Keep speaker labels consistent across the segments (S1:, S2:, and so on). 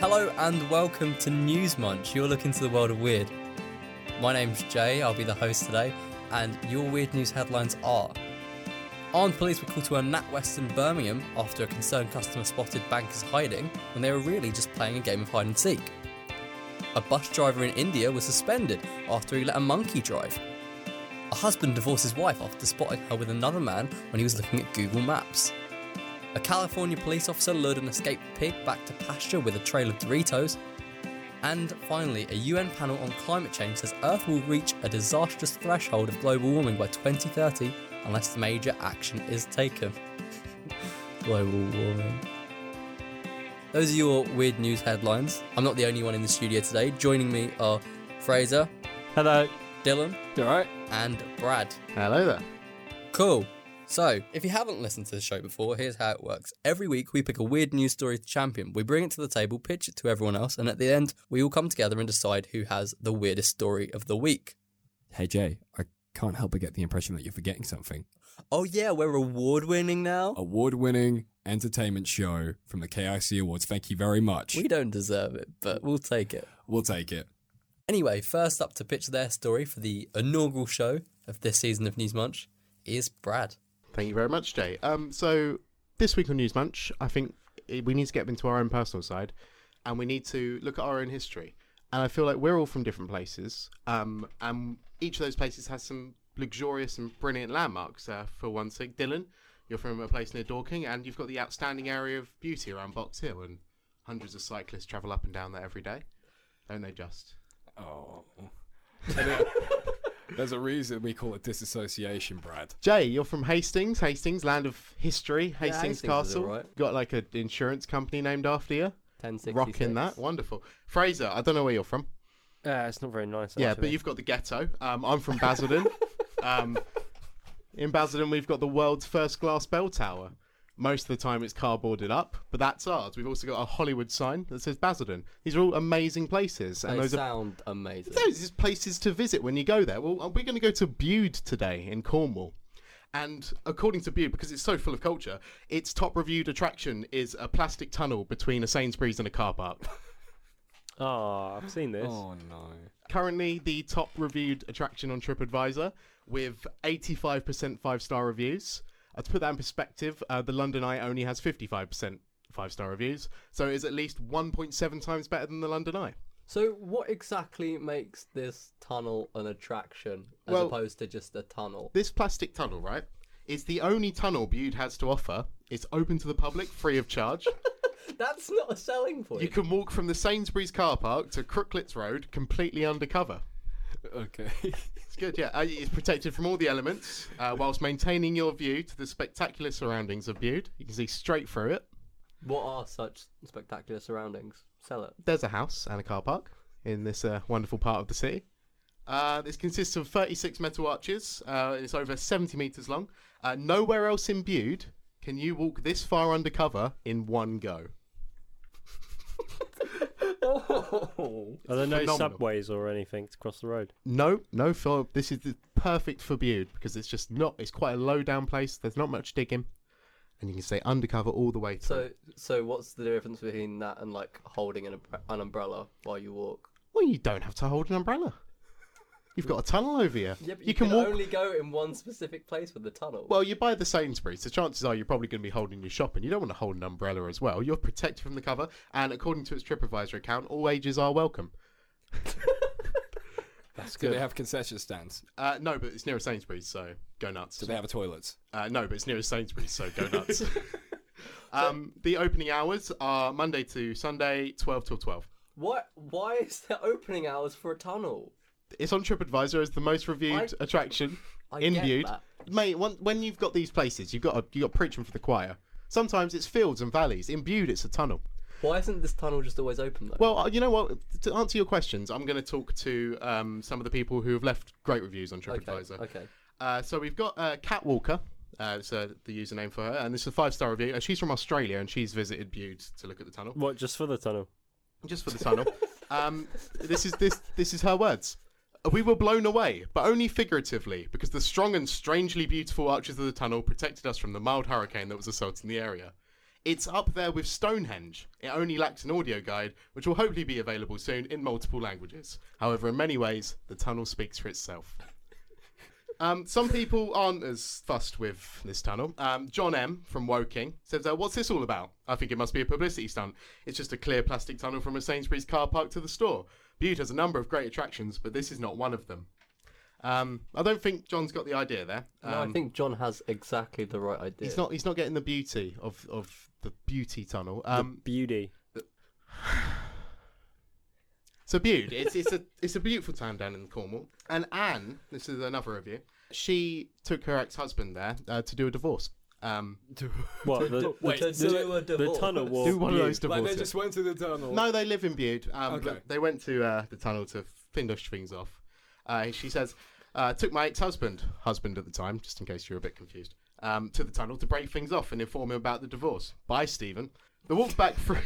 S1: Hello and welcome to News Munch. You're looking to the world of weird. My name's Jay, I'll be the host today, and your weird news headlines are Armed police were called to a NatWest in Birmingham after a concerned customer spotted bankers hiding when they were really just playing a game of hide and seek. A bus driver in India was suspended after he let a monkey drive. A husband divorced his wife after spotting her with another man when he was looking at Google Maps. A California police officer lured an escaped pig back to pasture with a trail of Doritos. And finally, a UN panel on climate change says Earth will reach a disastrous threshold of global warming by 2030 unless major action is taken. global warming. Those are your weird news headlines. I'm not the only one in the studio today. Joining me are Fraser,
S2: Hello.
S1: Dylan,
S2: You alright?
S1: and Brad.
S2: Hello there.
S1: Cool. So, if you haven't listened to the show before, here's how it works. Every week, we pick a weird news story to champion. We bring it to the table, pitch it to everyone else, and at the end, we all come together and decide who has the weirdest story of the week.
S3: Hey Jay, I can't help but get the impression that you're forgetting something.
S1: Oh, yeah, we're award winning now?
S2: Oh,
S3: Award winning entertainment show from the KIC Awards. Thank you very much.
S1: We don't deserve it, but we'll take it.
S3: We'll take it.
S1: Anyway, first up to pitch their story for the inaugural show of this season of News Munch is Brad.
S2: Thank you very much, Jay. Um, so this week on News Munch, I think i- we need to get into our own personal side, and we need to look at our own history. And I feel like we're all from different places, um, and each of those places has some luxurious and brilliant landmarks. Uh, for one sake, Dylan, you're from a place near Dorking, and you've got the outstanding area of beauty around Box Hill, and hundreds of cyclists travel up and down there every day. Don't they just?
S3: Oh. There's a reason we call it disassociation, Brad.
S2: Jay, you're from Hastings, Hastings, land of history, Hastings,
S1: Hastings is
S2: Castle.
S1: alright.
S2: Got like an insurance company named after you.
S1: 1066.
S2: Rocking that, wonderful. Fraser, I don't know where you're from.
S4: Yeah, Uh, it's not very nice.
S2: Yeah,
S4: actually.
S2: but you've got the ghetto. Um, I'm from Basildon. um, in Basildon, we've got the world's first glass bell tower. Most of the time, it's cardboarded up, but that's ours. We've also got a Hollywood sign that says Basildon. These are all amazing places, and
S1: They
S2: those are
S1: sound amazing.
S2: those is places to visit when you go there. Well, uh, we're going to go to Bude today in Cornwall. And according to Bude, because it's so full of culture, its top reviewed attraction is a plastic tunnel between a Sainsbury's and a car park.
S4: Oh, I've seen this.
S3: no.
S2: Currently, the top reviewed attraction on TripAdvisor with 85% five star reviews. Uh, to put that in perspective, uh, the London Eye only has 55% five star reviews, so it is at least 1.7 times better than the London Eye.
S1: So, what exactly makes this tunnel an attraction as
S2: Well-
S1: opposed to just a tunnel?
S2: This plastic tunnel, right? It's the only tunnel Bude has to offer. It's open to the public, free of charge.
S1: That's not a selling point.
S2: you can walk from the Sainsbury's car park to Crooklets Road completely undercover.
S3: Okay.
S2: It's good, yeah. Uh, It's protected from all the elements, uh, whilst maintaining your view to the spectacular surroundings of Bude. You can see straight through it.
S1: What are such spectacular surroundings? Sell it.
S2: There's a house and a car park in this uh, wonderful part of the city. Uh, this consists of 36 metal arches. Uh, it's over 70 metres long. Uh, nowhere else in Bude can you walk this far undercover in one go. Oh.
S4: Are there no
S2: phenomenal.
S4: subways or anything to cross the road?
S2: No, no, Phil. This is the perfect for Bude because it's just not. It's quite a low down place. There's not much digging, and you can stay undercover all the way. Through.
S1: So, so what's the difference between that and like holding an, umbre- an umbrella while you walk?
S2: well, you don't have to hold an umbrella. You've got a tunnel over you.
S1: you, can, only go in one specific place with the tunnel.
S2: Well, you buy the Sainsbury's, so chances are you're probably going to be holding your shopping. You don't want to hold an umbrella as well. You're protected from the cover, and according to its TripAdvisor account, all ages are welcome.
S3: That's good. Do they have concession stands?
S2: Uh, no, but it's near a Sainsbury's, so go nuts.
S3: Do they have a toilets?
S2: Uh, no, but it's near a Sainsbury's, so go nuts. um, the opening hours are Monday to Sunday, 12 till 12.
S1: what? Why is there opening hours for a tunnel?
S2: It's on TripAdvisor as the most reviewed
S1: I-
S2: attraction
S1: I
S2: in
S1: get
S2: Bude.
S1: that.
S2: Mate, when, when you've got these places, you've got, a, you've got preaching for the choir. Sometimes it's fields and valleys. In Bude, it's a tunnel.
S1: Why isn't this tunnel just always open though?
S2: Well, uh, you know what? To answer your questions, I'm going to talk to um, some of the people who have left great reviews on
S1: okay,
S2: TripAdvisor.
S1: okay.
S2: Uh, so we've got uh, Kat Walker. Uh, it's uh, the username for her, and this is a five-star review. Uh, she's from Australia, and she's visited Bude to look at the tunnel,
S4: What, just for the tunnel?
S2: just for the tunnel. Um, this is this this is her words. We were blown away, but only figuratively, because the strong and strangely beautiful arches of the tunnel protected us from the mild hurricane that was assaulting the area. It's up there with Stonehenge. It only lacks an audio guide, which will hopefully be available soon in multiple languages. However, in many ways, the tunnel speaks for itself. Um, some people aren't as fussed with this tunnel. Um, John M from Woking says, uh, "What's this all about? I think it must be a publicity stunt. It's just a clear plastic tunnel from a Sainsbury's car park to the store. Butte has a number of great attractions, but this is not one of them." Um, I don't think John's got the idea there.
S5: No, I
S2: Um,
S5: think John has exactly the right idea.
S2: he's not. He's not getting the beauty of of the beauty tunnel. Um,
S4: Beauty.
S2: So Bude, it's it's a it's a beautiful town down in Cornwall. And Anne, this is another review. She took her ex-husband there uh, to do a divorce. Um,
S4: What? Oh, The, the,
S3: Wait,
S5: to
S3: so
S5: do a
S4: the
S5: divorce.
S4: tunnel walk.
S2: do one of
S4: view.
S2: those
S3: Like
S2: divorces.
S3: they just went to the tunnel.
S2: No, they live in Bude. Um,
S3: Okay.
S2: but They went to uh, the tunnel to finish things off. Uh, she says, uh, took my ex-husband, husband at the time, just in case you're a bit confused, um, to the tunnel to break things off and inform him about the divorce. Bye, Stephen. The walk back through...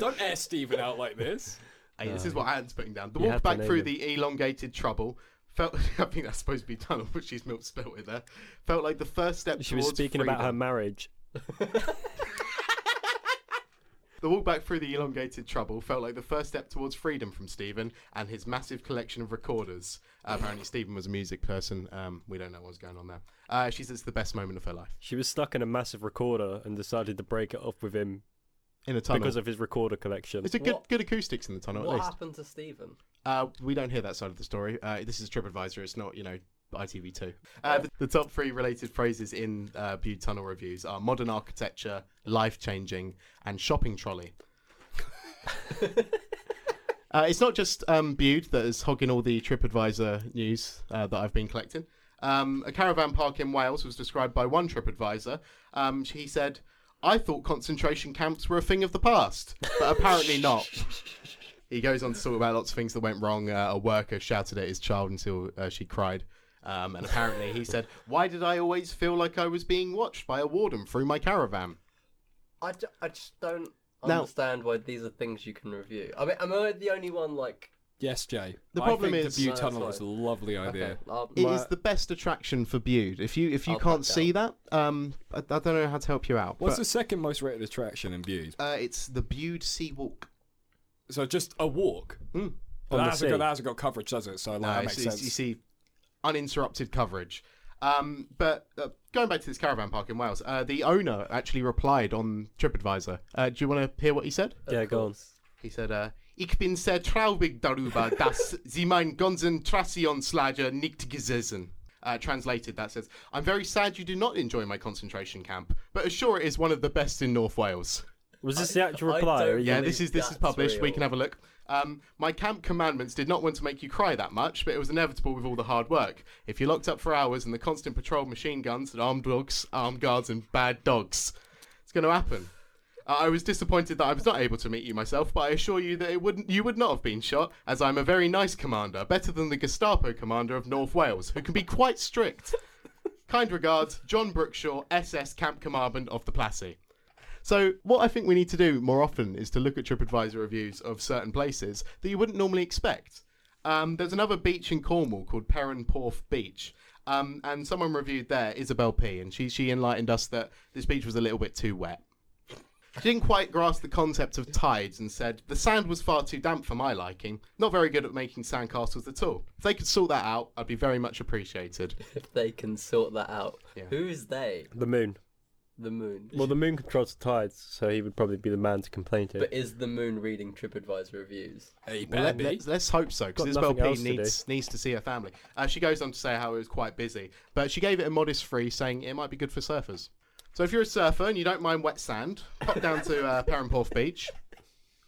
S3: Don't air Steven out like this.
S2: Hey, this is what Anne's putting down. The
S4: Um, You
S2: walk
S4: have to
S2: back
S4: name
S2: through
S4: him.
S2: the elongated trouble felt. I think that's supposed to be tunnel, but she's milk spelt it there. Felt like the first step
S4: She was
S2: towards
S4: speaking
S2: freedom.
S4: about her marriage.
S2: The walk back through the elongated trouble felt like the first step towards freedom from Stephen and his massive collection of recorders. Uh, apparently, Stephen was a music person. Um, we don't know what's going on there. Uh, she says it's the best moment of her life
S4: She was stuck in a massive recorder and decided to break it off with him
S2: in a tunnel.
S4: because of his recorder collection.
S2: it's a good,
S5: What-
S2: good acoustics in the tunnel,
S5: what
S2: at least.
S5: happened to Stephen?
S2: Uh, we don't hear that side of the story. Uh, this is TripAdvisor. It's not, you know, ITV2. Uh, the, the top three related phrases in uh, Bude Tunnel reviews are modern architecture, life changing, and shopping trolley. uh, it's not just um, Bude that is hogging all the TripAdvisor news uh, that I've been collecting. Um, a caravan park in Wales was described by one TripAdvisor. Um, he said, I thought concentration camps were a thing of the past, but apparently not. He goes on to talk about lots of things that went wrong. Uh, a worker shouted at his child until uh, she cried. Um, and apparently he said, Why did I always feel like I was being watched by a warden through my caravan?
S5: I, ju- I just don't
S2: Now-
S5: understand why these are things you can review. I mean, am I the only one like?
S3: Yes, Jay.
S2: The
S3: I
S2: problem
S3: think
S2: is-
S3: the view
S5: No, it's
S3: tunnel
S5: fine.
S3: is a lovely idea.
S5: Okay, I'll-
S2: It is
S4: My-
S2: the best attraction for Bude. If you if you
S3: Oh,
S5: I'll
S2: can't
S5: back
S2: see that, um, I, I don't know how to help you out.
S3: What's
S2: but,
S3: the second most rated attraction in Bude?
S2: uh, it's the Bude Sea Walk.
S3: So just a walk.
S2: Mm.
S3: But
S4: On
S3: that
S4: the
S3: hasn't,
S4: sea.
S3: got, that hasn't got coverage, does it? So like,
S2: No,
S3: Hmm. that makes
S2: it's- it's-
S3: sense.
S2: you see uninterrupted coverage. Um, but uh, going back to this caravan park in Wales, uh, the owner actually replied on TripAdvisor. Uh, do you want to hear what he said?
S4: yeah, go on.
S2: He said, uh, Ich bin sehr traurig darüber, dass Sie mein ganzen Trationslager nicht gesehen. Uh, translated, that says, I'm very sad you do not enjoy my concentration camp, but assure it is one of the best in North Wales.
S4: Was this the actual
S5: I
S4: reply?
S5: don't
S4: or
S2: Yeah,
S4: you-
S2: this is this is
S5: that's
S2: published. We
S5: real.
S2: can have a look. Um, my camp commandments did not want to make you cry that much, but it was inevitable with all the hard work. If you locked up for hours and the constant patrol of machine guns and armed dogs, armed guards, and bad dogs, it's going to happen. Uh, I was disappointed that I was not able to meet you myself, but I assure you that it wouldn't. You would not have been shot, as I'm a very nice commander, better than the Gestapo commander of North Wales, who can be quite strict. kind regards, John Brookshaw, SS Camp Commandant of the Plassey. So, what I think we need to do more often is to look at TripAdvisor reviews of certain places that you wouldn't normally expect. Um, there's another beach in Cornwall called Perrin Porth Beach. Um, and someone reviewed there, Isabel P, and she, she enlightened us that this beach was a little bit too wet. She didn't quite grasp the concept of tides and said, The sand was far too damp for my liking. Not very good at making sandcastles at all. If they could sort that out, I'd be very much appreciated.
S5: If they can sort that out,
S2: Yeah.
S5: who's they?
S4: The moon.
S5: The moon.
S4: Well, the moon controls the tides, so he would probably be the man to complain to.
S5: But is the moon reading TripAdvisor reviews?
S3: Hey,
S2: Well, let,
S3: baby.
S2: us let's hope so, because
S4: Got
S2: Isabel
S4: nothing
S2: P
S4: else to
S2: needs needs to see her family. Uh, she goes on to say how it was quite busy, but she gave it a modest three, saying it might be good for surfers. So if you're a surfer and you don't mind wet sand, pop down to uh, Perranporth Beach.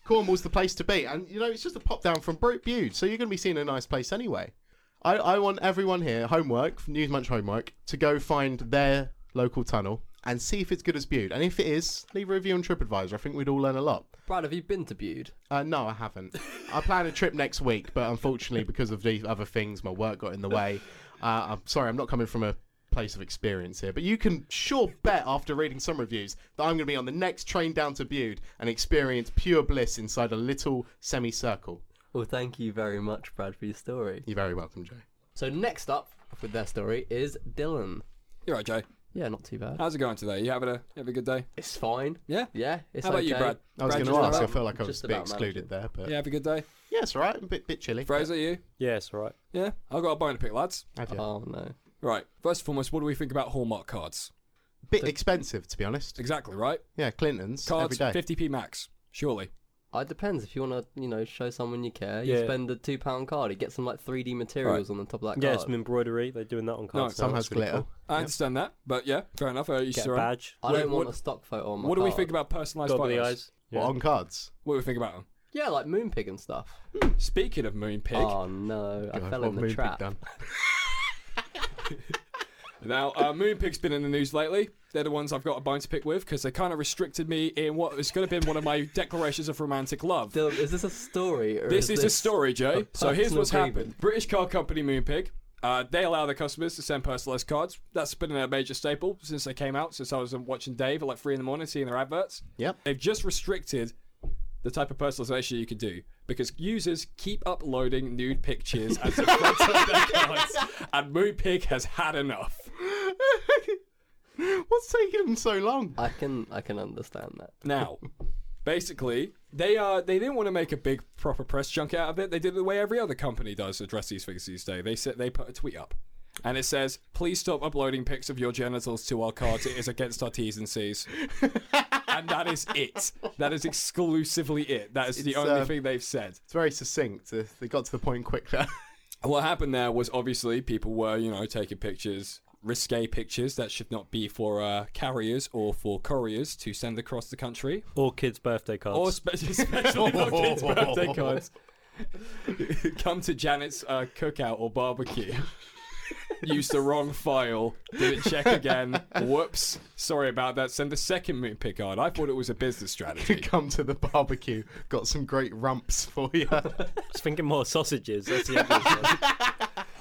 S2: Cornwall's the place to be, and you know it's just a pop down from Brute Bude, so you're going to be seeing a nice place anyway. I, I want everyone here, homework, News Munch homework, to go find their local tunnel and see if it's good as Bude. And if it is, leave a review on TripAdvisor. I think we'd all learn a lot.
S5: Brad, have you been to Bude?
S2: Uh, no, I haven't. I plan a trip next week, but unfortunately, because of these other things, my work got in the way. Uh, I'm sorry, I'm not coming from a place of experience here, but you can sure bet after reading some reviews that I'm going to be on the next train down to Bude and experience pure bliss inside a little semicircle.
S5: Well, thank you very much, Brad, for your story.
S2: You're very welcome, Jay.
S1: So next up with their story is Dylan.
S3: You're right, Jay.
S1: Yeah, not too bad.
S3: How's it going today? You having a you have a good day?
S5: It's fine.
S3: Yeah.
S1: Yeah, it's
S3: How about
S1: okay.
S3: you, Brad?
S2: I was
S3: Brad,
S2: going
S3: you
S2: to
S3: doing
S2: ask. I
S3: alright?
S2: feel like I was
S5: Just
S2: a bit
S5: about
S2: excluded there, but
S3: Yeah, have a good day.
S2: yeah, it's all right. A bit, bit chilly.
S3: Fraser, you?
S4: Yes, right.
S3: Yeah. I've got a bone to pick, lads.
S2: Have you?
S5: Oh no.
S3: Right. First and foremost, what do we think about Hallmark cards?
S2: bit expensive, to be honest.
S3: Exactly, right?
S2: Yeah, Clinton's
S3: Cards,
S2: every day.
S3: 50p max, surely.
S1: Uh, It depends if you want to, you know, show someone you care. You
S4: Yeah.
S1: spend a two pound card. It gets some like three D materials on the top of that
S4: Yeah,
S1: card.
S4: some embroidery. They're doing that on cards.
S2: Some
S4: now.
S2: has
S4: It's really
S2: glitter.
S4: cool.
S3: I understand that, but yeah, fair enough. Uh, you
S4: Get a
S3: surround-
S4: badge.
S1: I
S3: What-
S1: don't want
S3: what-
S1: a stock photo on my.
S3: What do we
S1: card.
S3: think about personalized
S4: Gob of the
S3: photos?
S4: eyes.
S2: What, on cards?
S3: What do we think about them?
S1: Yeah, like Moonpig and stuff.
S3: Speaking of Moon Pig,
S1: Oh no, I
S2: God,
S1: fell
S2: what
S1: in
S2: have
S1: the
S2: Moonpig
S1: trap.
S2: done?
S3: now uh, Moon Pig's been in the news lately. They're the ones I've got a bone to pick with because they kind of restricted me in what was going to have been one of my declarations of romantic love.
S1: Dylan, is this a story? Or
S3: This
S1: is
S3: is a story, Jay. So here's
S1: personal
S3: what's happened.
S1: grievance?
S3: British car company Moonpig, uh, they allow their customers to send personalised cards. That's been a major staple since they came out, since I was um, watching Dave at like 3 in the morning, seeing their adverts.
S2: Yep.
S3: They've just restricted the type of personalisation you can do because users keep uploading nude pictures as a front of their cards, and Moonpig has had enough.
S2: What's taking them so long?
S1: I can I can understand that.
S3: Now, basically, they are they didn't want to make a big proper press junk out of it. They did it the way every other company does to address these things these days. They said they put a tweet up. And it says, please stop uploading pics of your genitals to our cards. It is against our T's and C's. and that is it. That is exclusively it. That is the
S2: It's,
S3: only
S2: uh,
S3: thing they've said.
S2: It's very succinct. Uh, They got to the point quick there.
S3: What happened there was obviously people were, you know, taking pictures, risque pictures that should not be for uh, carriers or for couriers to send across the country.
S4: All kids' birthday cards.
S3: Or spe- especially for kids' birthday cards. Come to Janet's uh, cookout or barbecue. Use the wrong file. Didn't check again. Whoops. Sorry about that. Send the second moon pick card. I thought it was a business strategy.
S2: Come to the barbecue. Got some great rumps for you.
S4: I was thinking more sausages. That's the obvious one.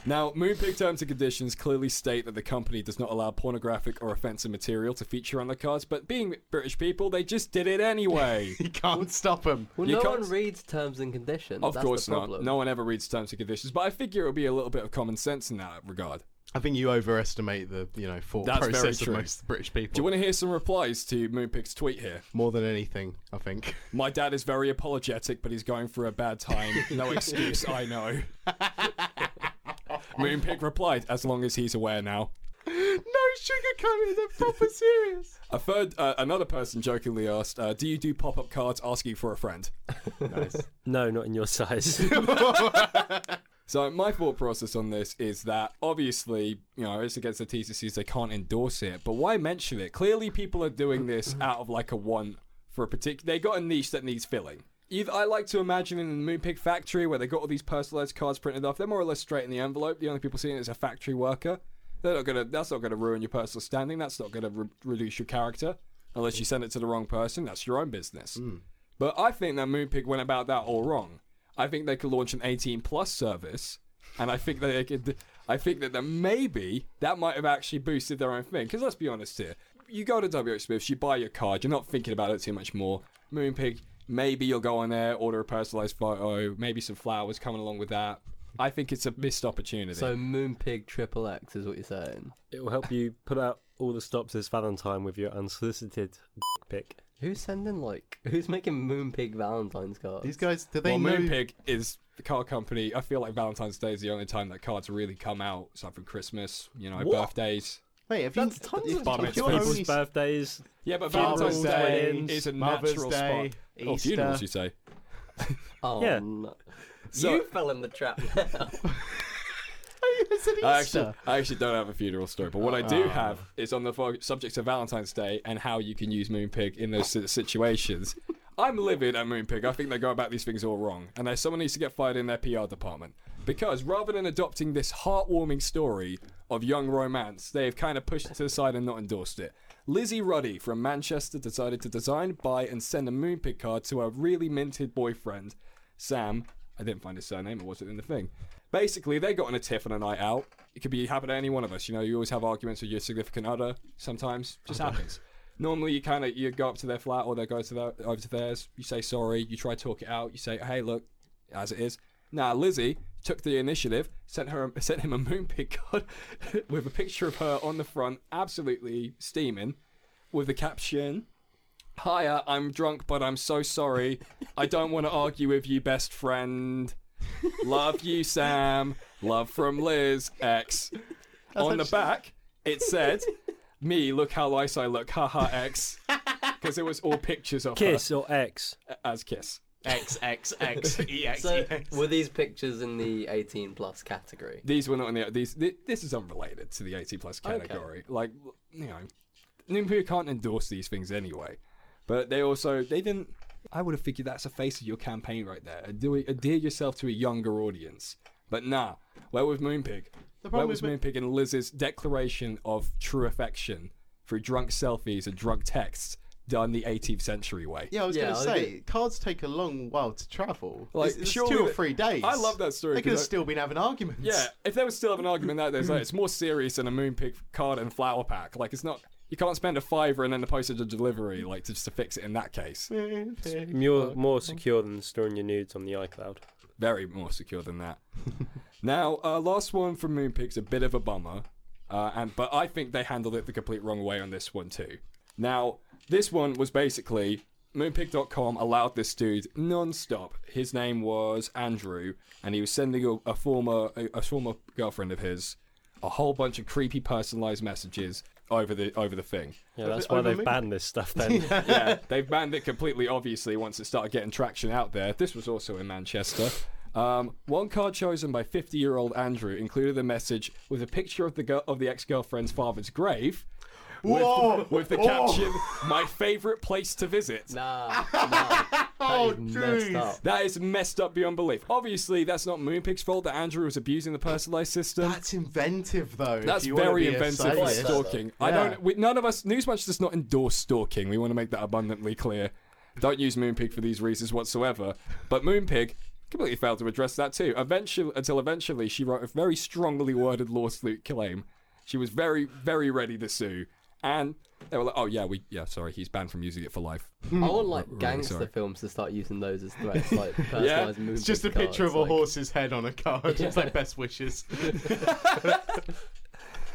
S3: Now, Moonpig terms and conditions clearly state that the company does not allow pornographic or offensive material to feature on the cards, but being British people, they just did it anyway.
S2: you can't stop them.
S1: Well,
S3: You
S1: no
S3: can't-
S1: one reads terms and conditions.
S3: of
S1: That's
S3: course
S1: the
S3: not.
S1: problem.
S3: No one ever reads terms and conditions, but I figure it'll be a little bit of common sense in that regard.
S2: I think you overestimate the you know thought
S3: That's very
S2: process of
S3: true.
S2: most British people.
S3: Do you want to hear some replies to Moonpig's tweet here?
S2: More than anything, I think.
S3: My dad is very apologetic, but he's going through a bad time. No excuse, I know. Moonpig replied, as long as he's aware now.
S2: no sugarcoating. They're proper serious.
S3: A third, uh, another person jokingly asked, uh, "Do you do pop-up cards asking for a friend?"
S4: No, not in your size.
S3: So my thought process on this is that obviously, you know, it's against the T's and C's. They can't endorse it, but why mention it? Clearly, people are doing this out of like a want for a particular. They got a niche that needs filling. Either I like to imagine in the Moonpig factory where they got all these personalized cards printed off. They're more or less straight in the envelope. The only people seeing it is a factory worker. They're not gonna. That's not gonna ruin your personal standing. That's not gonna re- reduce your character. Unless you send it to the wrong person, that's your own business. But I think that Moonpig went about that all wrong. I think they could launch an 18 plus service, and I think that they could. I think that then maybe that might have actually boosted their own thing. Because let's be honest here, you go to WH Smiths, you buy your card, you're not thinking about it too much more. Moonpig, maybe you'll go on there, order a personalized photo, maybe some flowers coming along with that. I think it's a missed opportunity.
S1: So Moonpig Triple X is what you're saying.
S4: it will help you put out all the stops this Valentine with your unsolicited pick.
S1: Who's sending like? Who's making Moonpig Valentine's cards?
S2: These guys, do they
S3: well,
S2: know?
S3: Moonpig is the car company. I feel like Valentine's Day is the only time that cards really come out, aside from Christmas, you know,
S1: What?
S3: birthdays.
S2: Wait, have you?
S1: That's tons of
S2: if, if
S3: time.
S2: you're
S3: People's
S2: only
S4: People's birthdays.
S3: Yeah, but
S2: Father's
S3: Valentine's
S2: Day,
S3: Day is a
S2: Mother's
S3: natural
S2: Day,
S3: spot. Or
S2: Easter.
S3: funerals, you say.
S1: Oh,
S4: Yeah.
S1: no.
S3: So-
S1: you fell in the trap.
S2: It's an
S3: I
S2: Easter.
S3: actually, I actually don't have a funeral story, but what I do have is on the fo- subject of Valentine's Day and how you can use Moonpig in those si- situations. I'm livid at Moonpig. I think they go about these things all wrong, and there's someone needs to get fired in their PR department because rather than adopting this heartwarming story of young romance, they've kind of pushed it to the side and not endorsed it. Lizzie Ruddy from Manchester decided to design, buy, and send a Moonpig card to her really minted boyfriend, Sam, I didn't find his surname. It wasn't in the thing. Basically, they got in a tiff on a night out. It could be happened to any one of us. You know, you always have arguments with your significant other. Sometimes just happens. Normally, you kind of you go up to their flat or they go to their, over to theirs. You say sorry. You try to talk it out. You say, "Hey, look, as it is." Now, Lizzie took the initiative, sent her sent him a moon pig card with a picture of her on the front, absolutely steaming, with the caption. Hiya, I'm drunk, but I'm so sorry. I don't want to argue with you, best friend. Love you, Sam. Love from Liz X. On the back, it said, "Me, look how nice I look." Haha, X. Because it was all pictures of
S4: Kiss or X?
S3: her as kiss.
S6: X X X E X.
S5: So, were these pictures in the 18 plus category?
S3: These were not in the these. thi- This is unrelated to the eighty plus category. Like you know, Nintendo can't endorse these things anyway. But they also they didn't. I would have figured that's a face of your campaign right there. Adhere, adhere yourself to a younger audience. But nah, where was Moonpig? Where
S2: problem
S3: was
S2: is Mo-
S3: Moonpig and Liz's declaration of true affection through drunk selfies and drunk texts done the 18th century way?
S2: Yeah, I was
S5: Yeah,
S2: going to
S5: I
S2: say,
S5: agree.
S2: cards take a long while to travel.
S3: Like,
S2: Like, it's, it's
S3: surely
S2: two or
S3: that-
S2: three days.
S3: I love that story
S2: They could
S3: 'cause I-
S2: have still been having arguments.
S3: Yeah, if they would still have an argument that day, it's like, it's more serious than a moonpig card and flower pack. Like it's not you can't spend a fiver and then the postage and delivery like to, just to fix it in that case.
S4: More, more secure than storing your nudes on the iCloud.
S3: Very more secure than that. now, uh, last one from Moonpig's a bit of a bummer, uh, and but I think they handled it the complete wrong way on this one too. Now, this one was basically Moonpig.com allowed this dude non-stop. His name was Andrew, and he was sending a, a former a, a former girlfriend of his a whole bunch of creepy personalized messages over the over the thing.
S4: Yeah, that's why they've
S2: overlooked.
S4: banned this stuff then.
S3: yeah, they've banned it completely, obviously, once it started getting traction out there. This was also in Manchester. Um, one card chosen by 50 year old Andrew included a message with a picture of the girl- of the ex girlfriend's father's grave. With,
S2: Whoa!
S3: with the
S2: Oh!
S3: caption, my favourite place to visit.
S5: Nah, nah.
S2: Oh,
S5: messed
S2: jeez.
S5: up.
S3: That is messed up beyond belief. Obviously, that's not Moonpig's fault that Andrew was abusing the personalised system.
S2: That's inventive, though. if
S3: That's
S2: you wanna
S3: very
S2: be a
S3: inventive for
S2: sadist.
S5: Quite.
S3: stalking. I
S2: Yeah.
S3: don't. We, none of us. Newsmatch does not endorse stalking. We want to make that abundantly clear. Don't use Moonpig for these reasons whatsoever. But Moonpig completely failed to address that too. Eventually, until eventually, she wrote a very strongly worded lawsuit claim. She was very, very ready to sue, and they were like, "Oh yeah, we yeah, sorry, he's banned from using it for life."
S5: I want like gangster
S3: sorry.
S5: films to start using those as threats, like personalized yeah,
S2: It's just a picture of a horse's head on a card. It's like best wishes.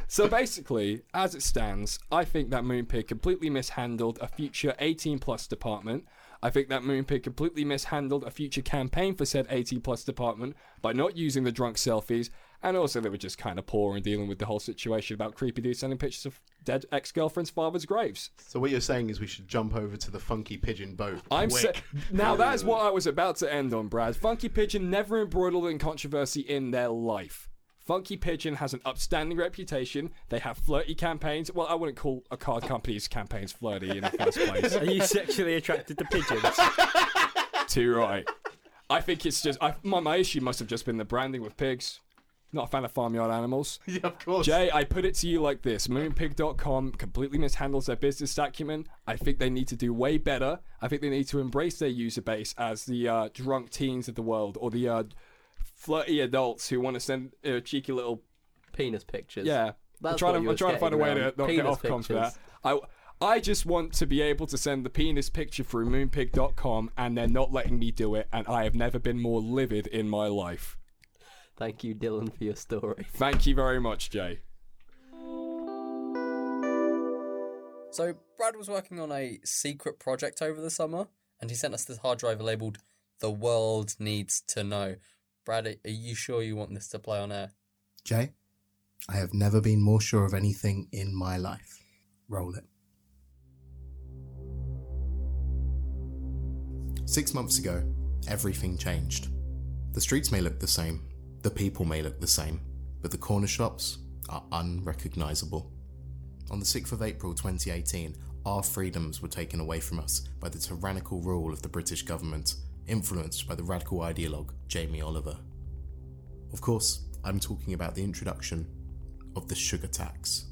S3: So basically, as it stands, I think that Moonpig completely mishandled a future 18 plus department. I think that Moonpig completely mishandled a future campaign for said 18 plus department by not using the drunk selfies. And also, they were just kind of poor in dealing with the whole situation about creepy dudes sending pictures of dead ex girlfriends' fathers' graves.
S2: So what you're saying is we should jump over to the funky pigeon boat.
S3: I'm
S2: quick.
S3: sa- now that is what I was about to end on, Brad. Funky Pigeon never embroiled in controversy in their life. Funky Pigeon has an upstanding reputation. They have flirty campaigns. Well, I wouldn't call a card company's campaigns flirty in the first place.
S4: Are you sexually attracted to pigeons?
S3: Too right. I think it's just I, my my issue must have just been the branding with pigs. Not a fan of farmyard animals.
S2: yeah, of course.
S3: Jay, I put it to you like this Moonpig.com completely mishandles their business acumen. I think they need to do way better. I think they need to embrace their user base as the uh, drunk teens of the world or the uh, flirty adults who want to send uh, cheeky little.
S5: penis pictures.
S3: Yeah. I'm
S5: That's
S3: trying
S5: what
S3: to,
S5: you
S3: I'm
S5: was
S3: trying to find a way
S5: getting
S3: to
S5: around.
S3: not get
S5: Penis
S3: off comms for that.
S5: pictures.
S3: I, I just want to be able to send the penis picture through Moonpig.com and they're not letting me do it. And I have never been more livid in my life.
S5: Thank you, Dylan, for your story.
S3: Thank you very much, Jay.
S1: So Brad was working on a secret project over the summer, and he sent us this hard drive labeled "The World Needs to Know." Brad, are are you sure you want this to play on air?
S7: Jay, I have never been more sure of anything in my life. Roll it. Six months ago, everything changed. The streets may look the same, the people may look the same, but the corner shops are unrecognisable. On the 6th of April 2018, our freedoms were taken away from us by the tyrannical rule of the British government, influenced by the radical ideologue Jamie Oliver. Of course, I'm talking about the introduction of the sugar tax.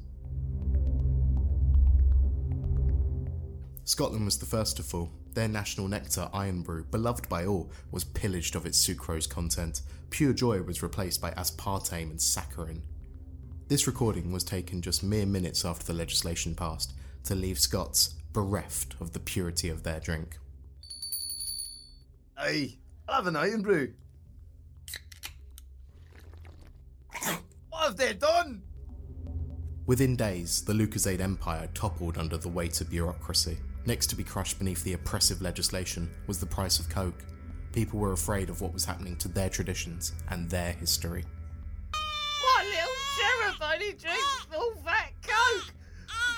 S7: Scotland was the first to fall,
S2: Their national nectar, iron brew, beloved by all, was pillaged of its sucrose content. Pure joy was replaced by aspartame and saccharin. This recording was taken just mere minutes after the legislation passed to leave Scots bereft of the purity of their drink.
S8: Aye, I'll have an iron brew. what have they done?
S2: Within days, the Lucasade Empire toppled under the weight of bureaucracy. Next to be crushed beneath the oppressive legislation was the price of Coke. People were afraid of what was happening to their traditions and their history.
S9: What little sheriff only drinks all that coke?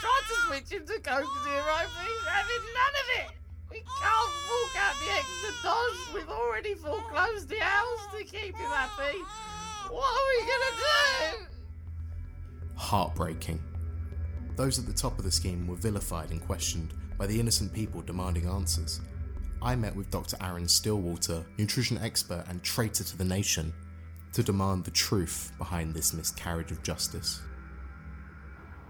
S9: Tried to switch him to Coke Zero, but he's having none of it. We can't walk out the extra doors. We've already foreclosed the house to keep him happy. What are we gonna do?
S2: Heartbreaking. Those at the top of the scheme were vilified and questioned by the innocent people demanding answers. I met with Dr. Aaron Stillwater, nutrition expert and traitor to the nation, to demand the truth behind this miscarriage of justice.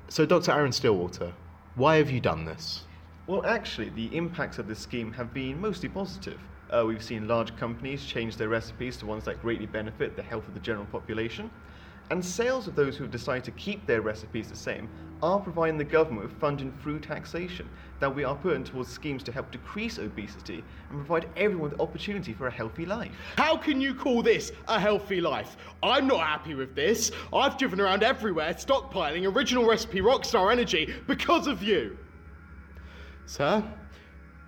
S10: So, Dr. Aaron Stillwater, why have you done this?
S11: Well, actually, the impacts of this scheme have been mostly positive. Uh, we've seen large companies change their recipes to ones that greatly benefit the health of the general population, and sales of those who decide to keep their recipes the same are providing the government with funding through taxation that we are putting towards schemes to help decrease obesity and provide everyone with opportunity for a healthy life.
S12: How can you call this a healthy life? I'm not happy with this. I've driven around everywhere stockpiling original recipe Rockstar Energy because of you. Sir,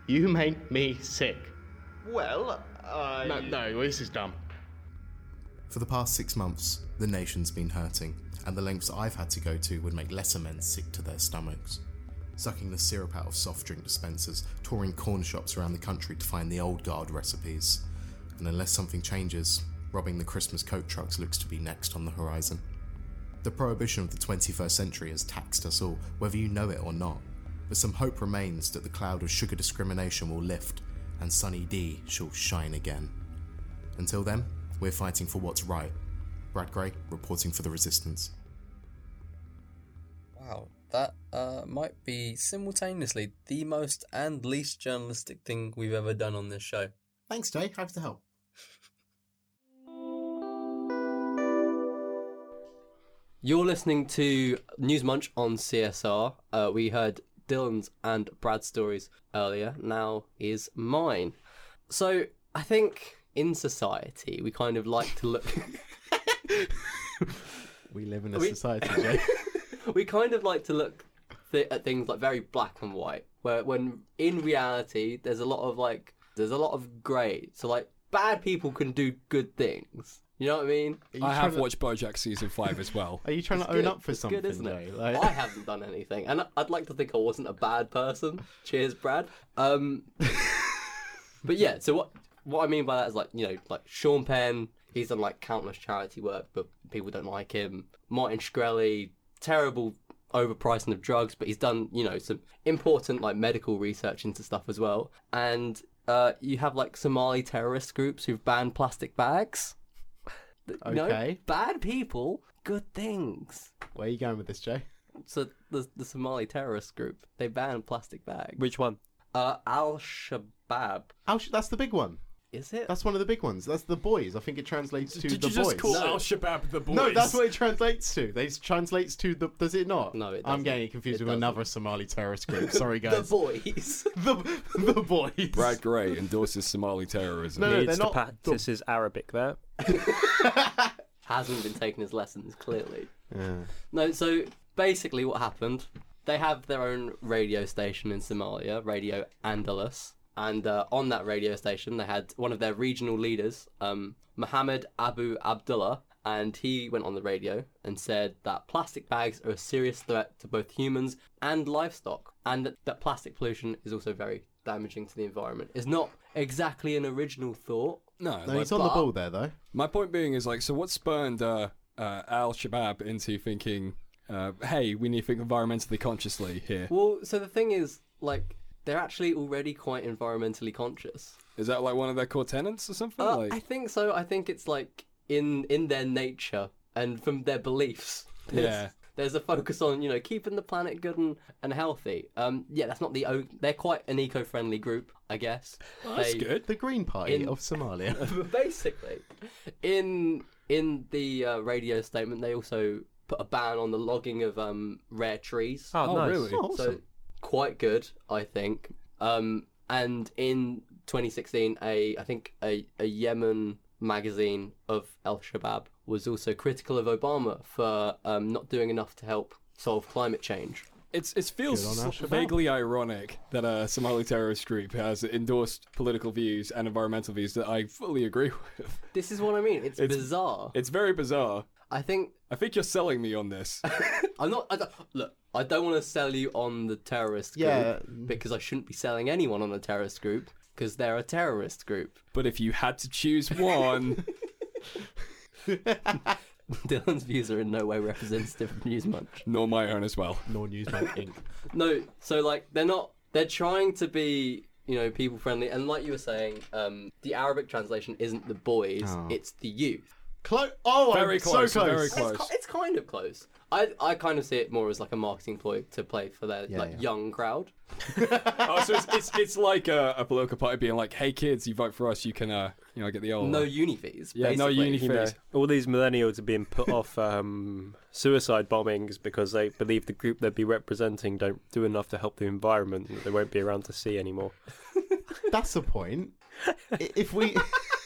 S12: you make me sick.
S11: Well, I.
S12: No, no, this is dumb.
S2: For the past six months, the nation's been hurting, and the lengths I've had to go to would make lesser men sick to their stomachs. Sucking the syrup out of soft drink dispensers, touring corn shops around the country to find the old guard recipes. And unless something changes, robbing the Christmas coat trucks looks to be next on the horizon. The prohibition of the 21st century has taxed us all, whether you know it or not, but some hope remains that the cloud of sugar discrimination will lift and Sunny D shall shine again. Until then, we're fighting for what's right. Brad Gray reporting for the Resistance.
S1: Wow, that uh, might be simultaneously the most and least journalistic thing we've ever done on this show.
S2: Thanks, Jay. Happy to help.
S1: You're listening to News Munch on CSR. Uh, we heard Dylan's and Brad's stories earlier. Now is mine. So I think in society we kind of like to look.
S10: We live in a
S1: We-
S10: society, Jay.
S1: we kind of like to look th- at things like very black and white, where when in reality there's a lot of like there's a lot of grey. So like bad people can do good things. You know what I mean?
S10: Are you
S3: I
S10: trying
S3: have
S10: to-
S3: watched BoJack season five as well.
S10: Are you trying to own
S1: Good.
S10: up for
S1: It's
S10: something,
S1: Good, isn't it?
S10: Jay? Like-
S1: I haven't done anything, and I'd like to think I wasn't a bad person. Cheers, Brad. Um, but yeah, so what what I mean by that is like you know like Sean Penn, he's done like countless charity work, but people don't like him. Martin Shkreli, terrible overpricing of drugs, but he's done you know some important like medical research into stuff as well. And uh, you have like Somali terrorist groups who've banned plastic bags. You know,
S10: Okay.
S1: bad people, good things.
S10: Where are you going with this, Jay?
S1: So the the Somali terrorist group they banned plastic bags.
S4: Which one?
S1: Uh, Al Shabaab
S10: Al- Oh, that's the big one.
S1: is it?
S10: That's one of the big ones. That's the boys. I think it translates to
S3: Did
S10: the
S3: you just
S10: boys.
S3: call
S1: No.
S3: Al Shabaab the boys?
S10: No, that's what it translates to. They it translates to the. Does it not?
S1: No, it
S10: I'm
S1: doesn't.
S10: getting it confused
S1: It
S10: with another Somali terrorist group. Sorry,
S1: the
S10: guys.
S1: boys.
S10: the, the boys.
S3: Brad Gray endorses Somali terrorism.
S10: No, no,
S4: Needs
S10: they're
S4: to
S10: not.
S4: practice his Arabic there.
S1: Hasn't been taking his lessons clearly. No, so basically what happened? They have their own radio station in Somalia, Radio Andalus, and uh, on that radio station they had one of their regional leaders, um, Mohammed Abu Abdullah, and he went on the radio and said that plastic bags are a serious threat to both humans and livestock, and that, that plastic pollution is also very damaging to the environment. It's not exactly an original thought.
S3: no,
S10: No,
S3: like,
S10: he's on the
S1: but-
S10: ball there though.
S3: My point being is like, so what spurned uh, uh, Al Shabaab into thinking, uh, hey, we need to think environmentally consciously here?
S1: Well, so the thing is, like, they're actually already quite environmentally conscious.
S3: Is that like one of their core tenants or something?
S1: Uh,
S3: like,
S1: I think so. I think it's like in in their nature and from their beliefs. There's-
S3: yeah.
S5: There's a focus on you know keeping the planet good and, and healthy. Um, yeah, that's not the o- they're quite an eco-friendly group, I guess.
S2: Well, that's
S5: They-
S2: good. The Green Party
S5: in-
S2: of Somalia.
S5: basically, in in the uh, radio statement, they also put a ban on the logging of um, rare trees.
S4: Oh, Oh, nice. really? Oh,
S5: So
S4: awesome.
S5: quite good, I think. Um, and in 2016, a I think a, a Yemen magazine of Al Shabaab was also critical of Obama for um, not doing enough to help solve climate change.
S3: It's it feels
S5: Good on
S3: sl-
S5: Al-Shabaab.
S3: vaguely ironic that a Somali terrorist group has endorsed political views and environmental views that I fully agree with.
S5: This is what I mean. It's, bizarre.
S3: It's very bizarre.
S5: I think
S3: I think you're selling me on this.
S5: I'm not. I don't, look, I don't want to sell you on the terrorist group
S3: Yeah.
S5: because I shouldn't be selling anyone on a terrorist group because they're a terrorist group.
S3: But if you had to choose one,
S5: Dylan's views are in no way representative of Newsmunch.
S3: Nor my own as well.
S2: Nor Newsmunch Inc.
S5: No, so like they're not. They're trying to be, you know, people friendly. And like you were saying, um, the Arabic translation isn't the boys;
S2: Oh.
S5: it's the youth.
S2: Close. Oh,
S3: Very
S2: I'm
S3: close,
S2: So close.
S3: very
S5: It's, ki- it's kind of close. I, I kind of see it more as like a marketing ploy to play for their
S3: Yeah,
S5: like
S3: yeah.
S5: young crowd.
S3: oh, so it's it's, it's like a, a political party being like, "Hey kids, you vote for us, you can uh, you know get the old
S5: No uni fees,
S3: Yeah, no
S5: basically.
S3: uni
S5: You know.
S3: fees.
S4: All these millennials are being put off um, suicide bombings because they believe the group they'd be representing don't do enough to help the environment that they won't be around to see anymore.
S2: That's the point. I- If we.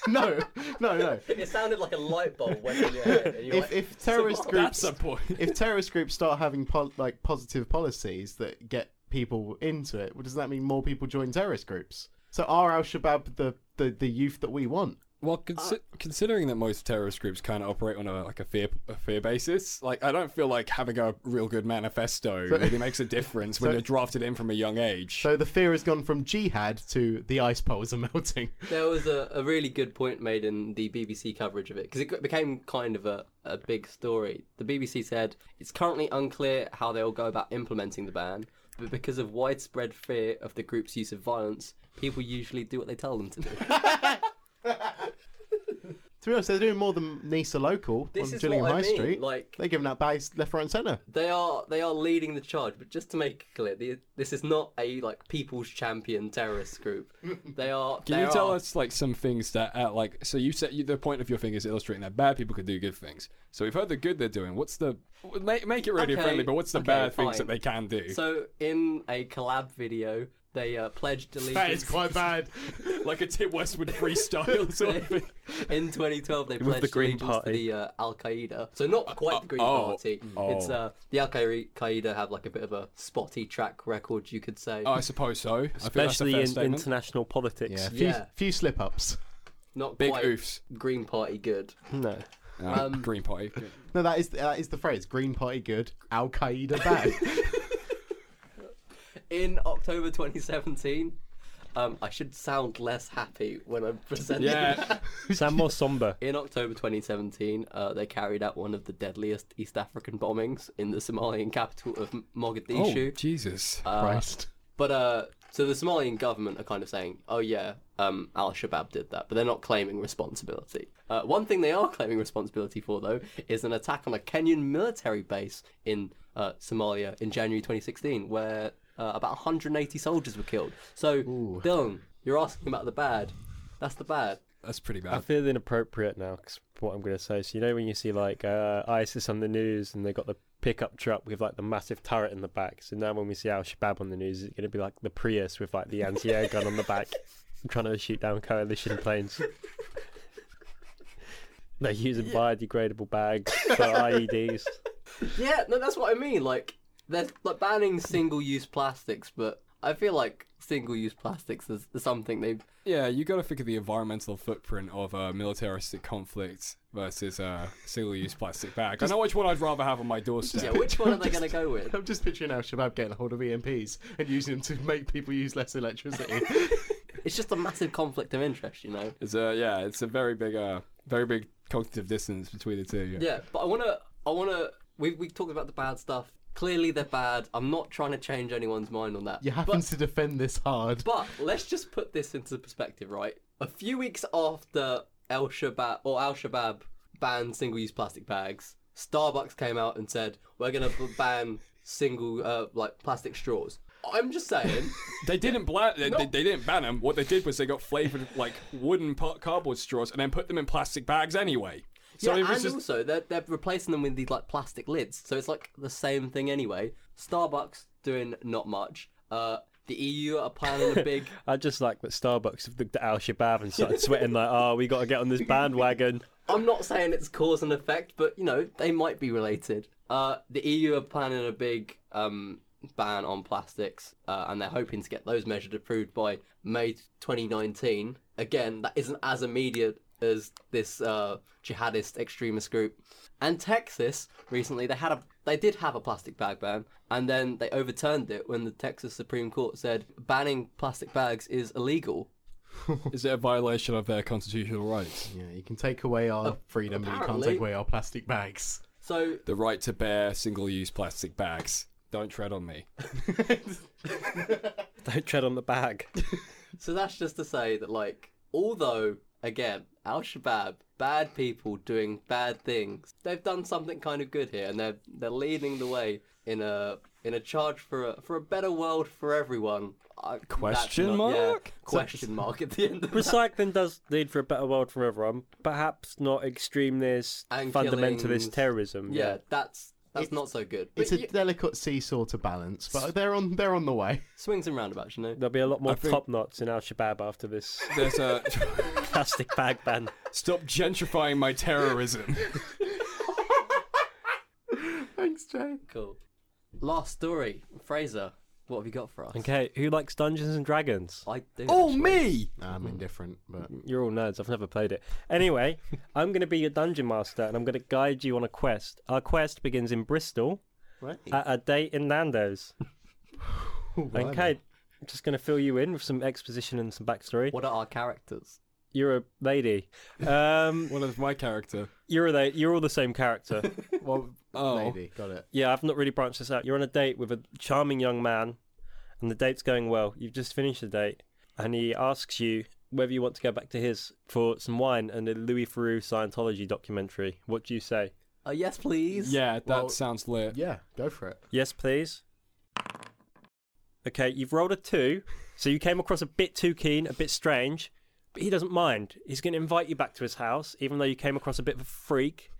S2: no, no, no.
S5: It sounded like a light bulb went in your head. And you're
S2: If,
S5: like,
S2: if terrorist
S5: "Someone-
S2: groups
S3: point.
S2: if terrorist groups start having pol- like positive policies that get people into it, well, does that mean more people join terrorist groups? So are Al Shabaab the, the, the youth that we want?
S3: Well, consi-
S5: Uh,
S3: considering that most terrorist groups kind of operate on a like a fear a fear basis, like I don't feel like having a real good manifesto
S2: So-
S3: really makes a difference
S2: So-
S3: when you're drafted in from a young age.
S2: So the fear has gone from jihad to the ice poles are melting.
S5: There was a, a really good point made in the BBC coverage of it because it got- became kind of a, a big story. The BBC said it's currently unclear how they will go about implementing the ban, but because of widespread fear of the group's use of violence, people usually do what they tell them to do.
S2: To be honest, they're doing more than Nisa local
S5: This
S2: on
S5: is
S2: Gillingham
S5: what I
S2: High
S5: mean,
S2: Street.
S5: like-
S2: they're giving out bags left, right, and centre.
S5: They are they are leading the charge, but just to make it clear, the, this is not a like people's champion terrorist group. They are.
S3: Can
S5: there
S3: you tell
S5: are-
S3: us like some things that are like so you said you, the point of your finger is illustrating that bad people could do good things. So we've heard the good they're doing. What's the make, make it radio
S5: Okay,
S3: friendly? But what's the
S5: okay,
S3: bad things
S5: fine.
S3: that they can do?
S5: So in a collab video, they uh, pledged allegiance.
S3: that is quite bad. like a Tim Westwood freestyle sort of thing.
S5: In 2012, they
S3: With
S5: pledged
S3: the Green
S5: allegiance
S3: Party.
S5: to the uh, Al Qaeda. So not quite the Green
S3: oh,
S5: Party.
S3: oh.
S5: It's uh, the Al Qaeda have like a bit of a spotty track record, you could say.
S3: Oh, I suppose so. I think that's a
S4: Especially
S3: fair
S4: in
S3: statement.
S4: international politics.
S2: Few,
S5: Yeah.
S2: few slip ups.
S5: not
S3: big
S5: quite
S3: oofs.
S5: Green Party good.
S4: No.
S5: Um,
S3: Green Party.
S2: No, that is that is the phrase. Green Party good, Al Qaeda bad.
S5: In October 2017, um, I should sound less happy when I'm presenting.
S4: Yeah. Sound more somber.
S5: In October 2017, uh, they carried out one of the deadliest East African bombings in the Somalian capital of M- Mogadishu.
S3: Oh, Jesus
S5: Uh,
S2: Christ.
S5: But uh, so the Somalian government are kind of saying, "Oh yeah, um, Al Shabaab did that," but they're not claiming responsibility. Uh, one thing they are claiming responsibility for, though, is an attack on a Kenyan military base in uh, Somalia in January 2016, where uh, about 180 soldiers were killed. So, Dylan, you're asking about the bad. That's the bad.
S3: That's pretty
S4: I
S3: bad.
S4: feel inappropriate now because what I'm going to say. So you know when you see like uh, ISIS on the news and they got the pickup truck with like the massive turret in the back. So now when we see Al Shabaab on the news, it's going to be like the Prius with like the anti-air gun on the back, trying to shoot down coalition planes. They're using biodegradable bags for E IEDs.
S5: Yeah, no, that's what I mean. Like, they're like banning single-use plastics, but I feel like single-use plastics is is something they've
S3: Yeah, you got to think of the environmental footprint of a militaristic conflict versus a single-use plastic bag. I know which one I'd rather have on my doorstep.
S5: Yeah, which one are they going to go with?
S2: I'm just picturing Al Shabaab getting a hold of EMPs and using them to make people use less electricity.
S5: It's just a massive conflict of interest, you know.
S3: It's a yeah, it's a very big uh, very big cognitive distance between the two.
S5: Yeah, but I wanna, I wanna. We we talked about the bad stuff. Clearly, they're bad. I'm not trying to change anyone's mind on that.
S2: you happen to defend this hard.
S5: But let's just put this into perspective, right? A few weeks after El Shabaab or Al Shabaab banned single-use plastic bags, Starbucks came out and said we're gonna b- ban single uh, like plastic straws. I'm just saying.
S3: They didn't bla- they, they, they didn't ban them. What they did was they got flavored like wooden pa- cardboard straws and then put them in plastic bags anyway. So
S5: yeah,
S3: it was
S5: and
S3: just
S5: also they're they're replacing them with these like plastic lids, so it's like the same thing anyway. Starbucks doing not much. Uh, the EU are planning a big
S4: I just like that Starbucks have looked at Al Shabab and started sweating like, oh, we got to get on this bandwagon.
S5: I'm not saying it's cause and effect, but you know they might be related. Uh, the EU are planning a big um, ban on plastics, uh, and they're hoping to get those measures approved by May 2019. Again, that isn't as immediate as this uh, jihadist extremist group. And Texas recently they had a they did have a plastic bag ban, and then they overturned it when the Texas Supreme Court said banning plastic bags is illegal.
S3: is it a violation of their constitutional rights?
S2: Yeah, you can take away our freedom, but you can't
S5: apparently.
S2: take away our plastic bags.
S5: So
S3: the right to bear single-use plastic bags. Don't tread on me.
S4: Don't tread on the bag.
S5: So that's just to say that, like, although, again, Al Shabaab, bad people doing bad things, they've done something kind of good here, and they're they're leading the way in a in a charge for a for a better world for everyone. I, that's
S4: Question
S5: not- yeah,
S4: mark?
S5: question mark at the end of that.
S4: Recycling does lead for a better world for everyone. Perhaps not extremist,
S5: And
S4: fundamentalist
S5: killings.
S4: terrorism.
S5: Yeah, that's that's not so good. But
S2: it's a
S5: you-
S2: delicate seesaw to balance, but they're on they're on the way.
S5: swings and roundabouts, you know.
S4: There'll be a lot more
S5: I think-
S4: top knots in Al Shabaab after this
S3: There's a
S4: plastic bag ban.
S3: stop gentrifying my terrorism.
S2: Thanks, Jay.
S5: Cool. Last story, Fraser. What have you got for us?
S4: Okay, who likes Dungeons and Dragons?
S5: I do.
S3: Oh!
S5: actually.
S3: me!
S2: I'm indifferent, but
S4: You're all nerds. I've never played it. Anyway, I'm going to be your dungeon master and I'm going to guide you on a quest. Our quest begins in Bristol
S2: right.
S4: at a date in Nando's.
S2: Blimey.
S4: Okay, I'm just going to fill you in with some exposition and some backstory.
S5: What are our characters?
S4: You're a lady. Um,
S3: What is my character?
S4: you're a la- you're all the same character.
S2: Well,
S3: Oh.
S2: lady, got it.
S4: yeah, I've not really branched this out. You're on a date with a charming young man, and the date's going well. You've just finished the date, and he asks you whether you want to go back to his for some wine and a Louis Theroux Scientology documentary. What do you say?
S5: Uh, yes, please.
S3: Yeah, that
S2: Well-
S3: sounds lit.
S2: Yeah, go for it.
S4: Yes, please. Okay, you've rolled a two, so you came across a bit too keen, a bit strange, but he doesn't mind. He's going to invite you back to his house, even though you came across a bit of a freak,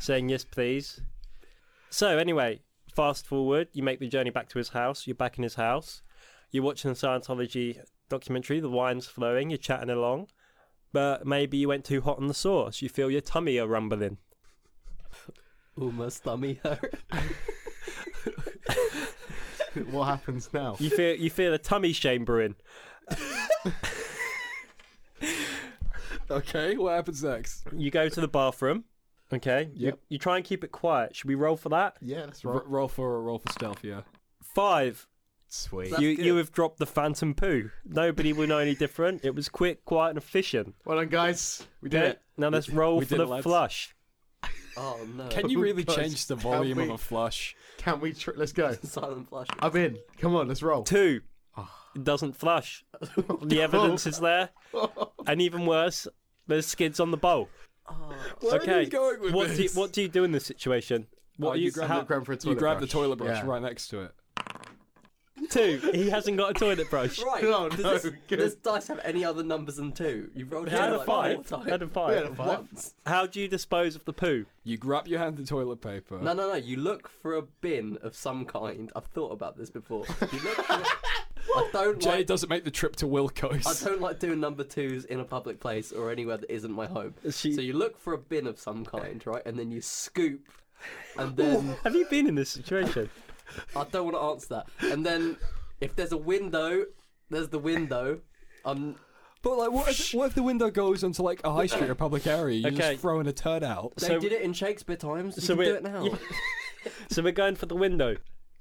S4: saying yes, please. So, anyway, fast forward, you make the journey back to his house, you're back in his house, you're watching the Scientology documentary, the wine's flowing, you're chatting along, but maybe you went too hot on the sauce, you feel your tummy a rumbling.
S5: Ooh, my stomach hurt.
S2: What happens now?
S4: You feel you feel a tummy shame brewing.
S3: Okay, what happens next?
S4: You go to the bathroom. Okay. You-
S2: Yep.
S4: You, try and keep it quiet. Should we roll for that?
S2: Yeah, that's
S3: R-
S2: right.
S3: roll for roll for stealth, yeah.
S4: Five.
S2: Sweet.
S5: That's
S4: you
S5: good.
S4: you have dropped the phantom poo. Nobody will know any different. It was quick, quiet, and efficient.
S2: Well done, guys. We did it.
S4: Now let's roll
S3: we
S4: for
S3: did it,
S4: the
S3: lads.
S4: flush.
S5: Oh no.
S3: Can you really
S2: gosh,
S3: change the
S2: can
S3: volume of
S2: we-
S3: a flush?
S2: Can we? Tr- let's go.
S5: Silent flush.
S2: I'm in. Come on, let's roll.
S4: Two. It doesn't flush. The evidence is there. And even worse, there's skids on the bowl.
S3: Where
S4: Oh. okay.
S3: are you going with
S4: what do you,
S3: this?
S4: what do you do in this situation? What
S3: Oh,
S4: are you,
S3: grab
S4: how-
S3: the-
S2: Grab for a
S3: you
S2: toilet
S3: grab the
S2: brush.
S3: toilet brush
S2: Yeah.
S3: right next to it.
S4: two? He hasn't got a toilet brush.
S5: Right.
S2: Oh,
S5: does,
S2: no,
S5: this,
S2: good.
S5: does dice have any other numbers than two? You've rolled
S4: He
S5: here
S4: had a
S5: like
S4: five.
S5: four times.
S4: Had a
S2: We had a
S4: five.
S2: five.
S5: Once.
S4: How do you dispose of the poo?
S3: You grab your hand to toilet paper.
S5: No, no, no. You look for a bin of some kind. I've thought about this before. You look for. I don't
S3: Jay
S5: like.
S3: doesn't make the trip to
S5: I
S3: Wilco's.
S5: don't like doing number twos in a public place or anywhere that isn't my home.
S4: She-
S5: So you look for a bin of some kind, right? And then you scoop, and then
S4: Have you been in this situation?
S5: I don't want to answer that. And then if there's a window, there's the window. Um, I'm
S3: But like, what if, what if the window goes onto like a high street or public area? You
S4: Okay.
S3: just throw in a turd out.
S5: They
S4: So-
S5: did it in Shakespeare times. You
S4: so
S5: can do
S4: we're-
S5: it now.
S4: yeah. so we're going for the window.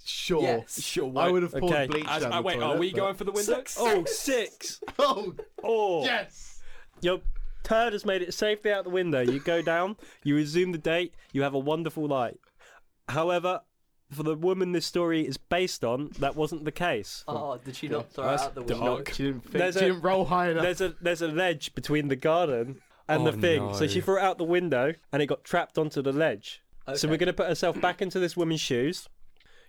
S2: Sure.
S5: Yes.
S3: Sure.
S2: I
S3: wait.
S2: would have poured
S4: Okay.
S2: bleach
S3: As-
S2: down
S3: uh,
S2: the
S3: wait,
S2: toilet,
S3: are we
S2: but-
S3: going for the window?
S4: Oh, six.
S2: Oh,
S4: Oh,
S2: yes.
S4: your turd has made it safely out the window. You go down. You resume the date. You have a wonderful night. However, for the woman this story is based on, that wasn't the case.
S5: Oh, did she not throw it
S3: That's
S5: out the
S3: dark.
S5: window?
S2: She didn't, think,
S4: There's
S2: she
S4: a-
S2: didn't roll high enough.
S4: There's a there's a ledge between the garden and
S3: Oh,
S4: the thing, so
S3: no.
S4: she threw it out the window and it got trapped onto the ledge. So we're going to put herself back into this woman's shoes.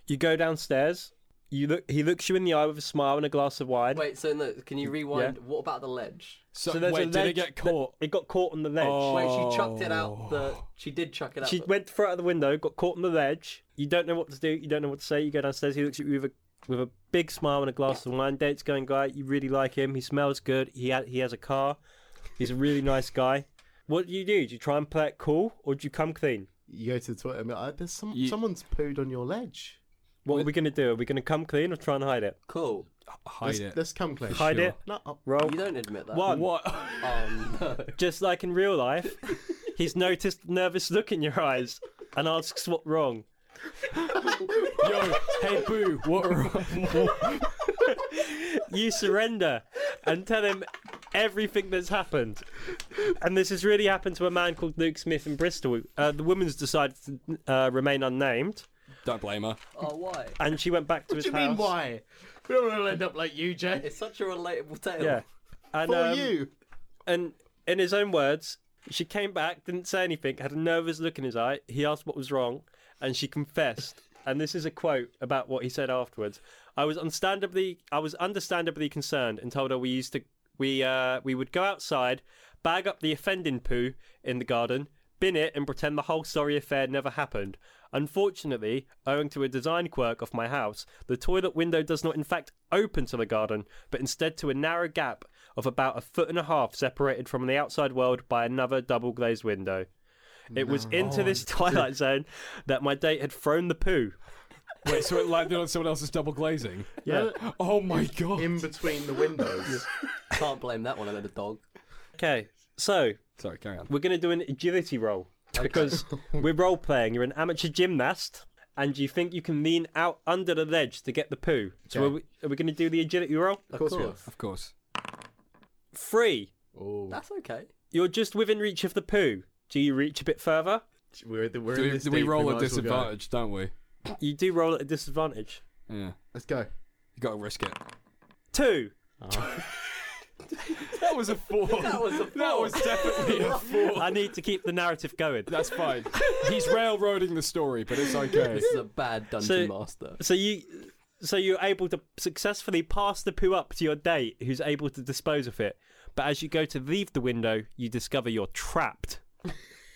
S4: You go downstairs. You look. He looks you in the eye with a smile and a glass of wine.
S5: Wait, so no, can you rewind? What about the ledge?
S4: So, there's a ledge that- It got caught Oh. on the ledge.
S5: Wait, she chucked it out the. Oh. She did chuck it out.
S4: She
S5: the-
S4: went through out of the window, got caught on the ledge. You don't know what to do. You don't know what to say. You go downstairs. He looks at you with a with a big smile and a glass of wine. Date's going great. You really like him. He smells good. He ha- he has a car. He's a really nice guy. What do you do? Do you try and play it cool, or do you come clean?
S2: You go to the toilet. And be like, "Uh, there's some someone's pooed on your ledge.
S4: What are we gonna do? Are we gonna come clean or try and hide it?
S5: Cool.
S2: Let's- Let's come close.
S4: Hide it.
S2: No. oh,
S4: Roll.
S5: You don't admit that.
S4: One.
S5: Oh no.
S4: Just like in real life, he's noticed a nervous look in your eyes and asks what's wrong.
S3: Yo, hey boo, what?
S4: you surrender and tell him everything that's happened. And this has really happened to a man called Luke Smith in Bristol. Uh, the woman's decided to uh, remain unnamed,
S3: Don't blame her.
S5: Oh why?
S4: and she went back to
S2: What
S4: his
S2: do you mean
S4: house.
S2: why? We don't want to end up like you, Jay.
S5: It's such a relatable tale.
S4: Yeah. And,
S2: For
S4: um,
S2: you.
S4: And in his own words, she came back, didn't say anything, had a nervous look in his eye. He asked what was wrong, and she confessed. And this is a quote about what he said afterwards. I was understandably, I was understandably concerned, and told her we used to, we, uh, we would go outside, bag up the offending poo in the garden, bin it, and pretend the whole sorry affair never happened. Unfortunately, owing to a design quirk of my house, the toilet window does not in fact open to the garden, but instead to a narrow gap of about a foot and a half separated from the outside world by another double glazed window. It was into this twilight zone that my date had thrown the poo.
S3: Wait, so it landed on someone else's double glazing?
S4: Yeah.
S3: Oh my god.
S2: In between the windows.
S5: Can't blame that one. I the dog.
S4: Okay, so
S3: Sorry, carry on.
S4: we're going to do an agility roll because we're role playing. You're an amateur gymnast and you think you can lean out under the ledge to get the poo. So
S2: Okay.
S4: are we, are we going to do the agility roll?
S2: Of course we are.
S3: Of course.
S4: Three.
S5: That's okay.
S4: You're just within reach of the poo. Do you reach a bit further?
S2: We're, we're
S3: Do
S2: in
S3: we,
S2: this
S3: do we
S2: deep,
S3: roll at
S2: might as well go.
S3: disadvantage, don't we?
S4: You do roll at a disadvantage.
S3: Yeah. You
S2: Let's go.
S3: gotta risk it.
S4: Two.
S3: That was a four. that
S5: was a
S3: That was definitely a four.
S4: I need to keep the narrative going.
S3: That's fine. He's railroading the story, but it's okay.
S5: This is a bad dungeon master.
S4: So you, so you're able to successfully pass the poo up to your date, who's able to dispose of it. But as you go to leave the window, you discover you're trapped.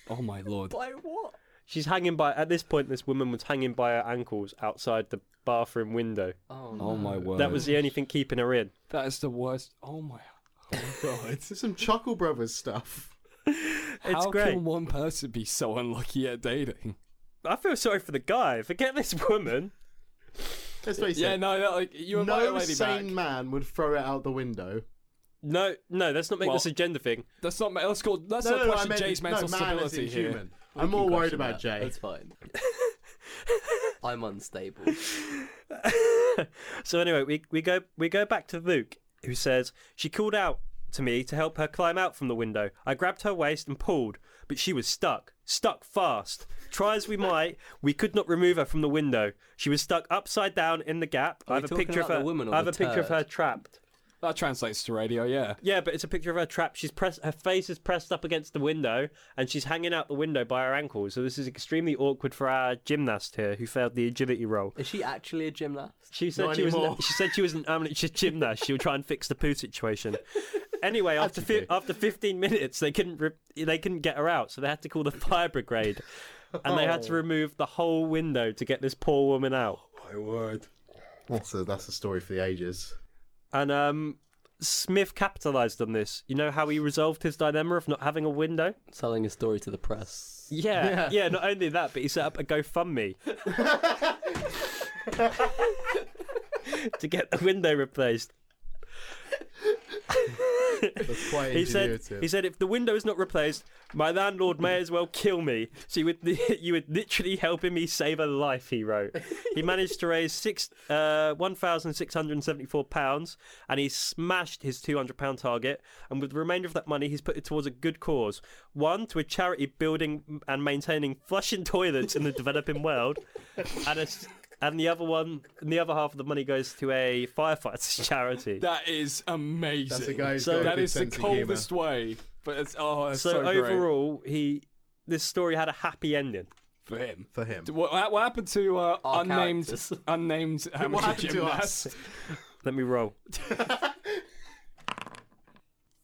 S3: Oh my lord.
S5: By what?
S4: She's hanging by. At this point, this woman was hanging by her ankles outside the bathroom window.
S5: Oh,
S3: Oh my word.
S4: That was the only thing keeping her in.
S3: That is the worst. Oh my.
S2: God, this is some Chuckle Brothers stuff.
S4: It's
S3: How
S4: great.
S3: can one person be so unlucky at dating?
S4: I feel sorry for the guy. Forget this woman.
S2: Let's face
S3: Yeah,
S2: it.
S3: no, that, like you invite a
S2: no
S3: lady
S2: sane
S3: back.
S2: man would throw it out the window.
S4: No, no, let's not make this a
S3: Well-
S4: gender thing.
S3: That's not. ma- Let's call. Let's
S2: No,
S3: not
S2: no, no, I
S3: question
S2: meant
S3: Jay's
S2: no,
S3: mental
S2: man as in
S3: stability here.
S2: human. I'm more worried about
S5: Jay.
S2: Jay.
S5: That's fine. I'm unstable.
S4: so anyway, we, we go we go back to Luke, who says she called out to me to help her climb out from the window. I grabbed her waist and pulled, but she was stuck, stuck fast. Try as we might, we could not remove her from the window. She was stuck upside down in the gap. I
S5: we
S4: have a
S5: talking
S4: picture of
S5: about
S4: her.
S5: the woman or
S4: I have
S5: the
S4: a picture of
S5: turd?
S4: her trapped.
S3: That translates to radio. Yeah.
S4: Yeah, but it's a picture of her trapped. She's pressed. Her face is pressed up against the window, and she's hanging out the window by her ankles. So this is extremely awkward for our gymnast here, who failed the agility roll.
S5: Is she actually a gymnast?
S4: She said
S2: Not
S4: she was. An,
S2: anymore.
S4: she said she was an amateur gymnast. She would try and fix the poo situation. Anyway, after fi- after 15 minutes, they couldn't re- they couldn't get her out, so they had to call the fire brigade, and they
S2: Oh.
S4: had to remove the whole window to get this poor woman out.
S2: My word. That's a that's a story for the ages.
S4: And um, Smith capitalized on this. You know how he resolved his dilemma of not having a window?
S5: Selling a story to the press.
S4: Yeah, yeah. not only that, but he set up a GoFundMe to get the window replaced.
S2: That's quite
S4: He said,
S2: ingenuitive.
S4: he said, if the window is not replaced, my landlord may as well kill me. So you would, you would literally helping me save a life. He wrote. He managed to raise six, uh, one thousand six hundred seventy-four pounds, and he smashed his two hundred pound target. And with the remainder of that money, he's put it towards a good cause. One to a charity building and maintaining flushing toilets in the developing world, and a s and the other one, and the other half of the money goes to a firefighters charity.
S3: That is amazing.
S2: That's a guy who's
S4: So
S2: got a
S3: That
S2: good
S3: is the
S2: sense of humour.
S3: coldest way. But it's oh, it's
S4: so,
S3: so, great.
S4: overall, he this story had a happy ending.
S3: For him.
S10: For him.
S3: What, what happened to uh,
S10: Our
S3: unnamed
S10: characters.
S3: unnamed amateur
S10: What happened to
S3: gymnast?
S10: us?
S4: Let me roll.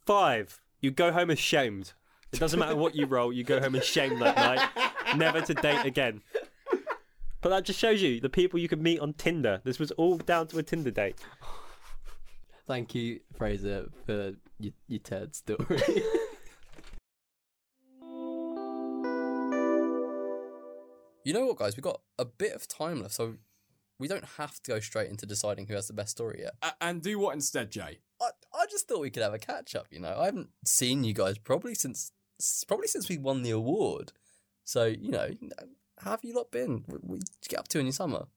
S4: Five. You go home ashamed. It doesn't matter what you roll, you go home ashamed that night. Never to date again. But that just shows you the people you could meet on Tinder. This was all down to a Tinder date.
S13: Thank you, Fraser, for your, your Ted story.
S1: You know what, guys? We've got a bit of time left, so we don't have to go straight into deciding who has the best story yet.
S3: and do what instead, Jay?
S1: I, I just thought we could have a catch up. You know, I haven't seen you guys probably since s- probably since we won the award. So you know, how have you lot been? What what did you get up to in your summer?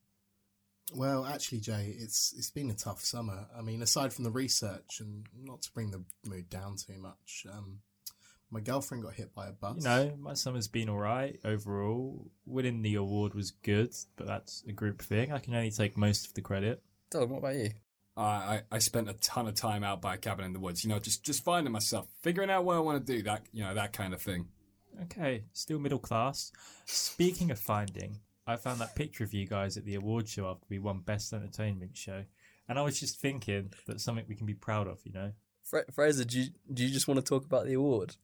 S2: Well, actually, Jay, it's it's been a tough summer. I mean, aside from the research, and not to bring the mood down too much, um, my girlfriend got hit by a bus.
S5: You know, my summer's been alright overall. Winning the award was good, but that's a group thing. I can only take most of the credit.
S1: Dylan, what about you?
S3: Uh, I I spent a ton of time out by a cabin in the woods. You know, just just finding myself, figuring out what I want to do. That you know, that kind of thing.
S5: Okay, still middle class. Speaking of finding, I found that picture of you guys at the award show after we won Best Entertainment Show, and I was just thinking that's something we can be proud of, you know?
S1: Fra- Fraser, do you, do you just want to talk about the award?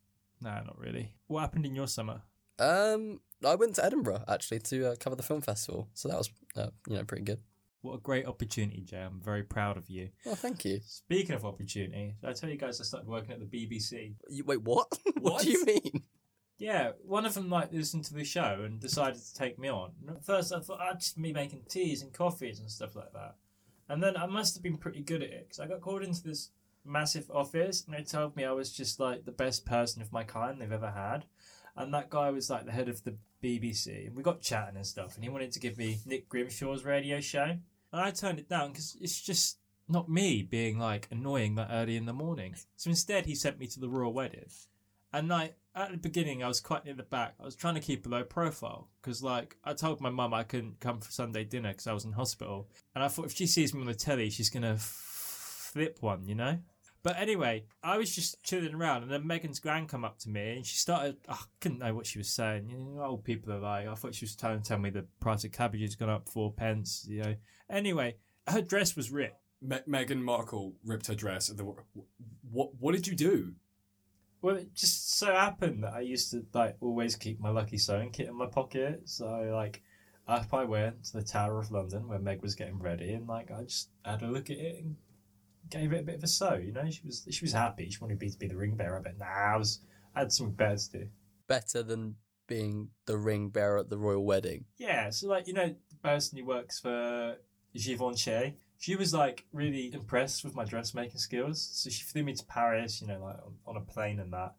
S5: Nah, not really. What happened in your summer?
S1: Um, I went to Edinburgh actually to uh, cover the film festival, so that was uh, you know pretty good.
S5: What a great opportunity, Jay. I'm very proud of you.
S1: Oh, thank you.
S5: Speaking of opportunity, did I tell you guys I started working at the BBC?
S1: You, wait, what? what? do you mean?
S5: Yeah, one of them like listened to the show and decided to take me on. And at first, I thought I'd just be making teas and coffees and stuff like that. And then I must have been pretty good at it because I got called into this massive office and they told me I was just like the best person of my kind they've ever had. And that guy was like the head of the BBC. And we got chatting and stuff. And he wanted to give me Nick Grimshaw's radio show. And I turned it down because it's just not me being like annoying that early in the morning. So instead, he sent me to the Royal Wedding. And like at the beginning, I was quite near the back. I was trying to keep a low profile because, like, I told my mum I couldn't come for Sunday dinner because I was in hospital. And I thought if she sees me on the telly, she's gonna f- flip one, you know. But anyway, I was just chilling around, and then Megan's gran come up to me, and she started. I couldn't know what she was saying. You know, old people are like. I thought she was trying to tell me the price of cabbage has gone up four pence. You know. Anyway, her dress was ripped.
S3: Me- Meghan Markle ripped her dress. At the, what what did you do?
S5: Well, it just so happened that I used to like always keep my lucky sewing kit in my pocket. So like, up I went to the Tower of London where Meg was getting ready, and like I just had a look at it and gave it a bit of a sew. You know, she was she was happy. She wanted me to be the ring bearer, but nah, I was I had some better to do.
S1: Better than being the ring bearer at the royal wedding.
S5: Yeah, so like you know the person who works for Givenchy, she was like really impressed with my dressmaking skills. So she flew me to Paris, you know, like on, on a plane and that,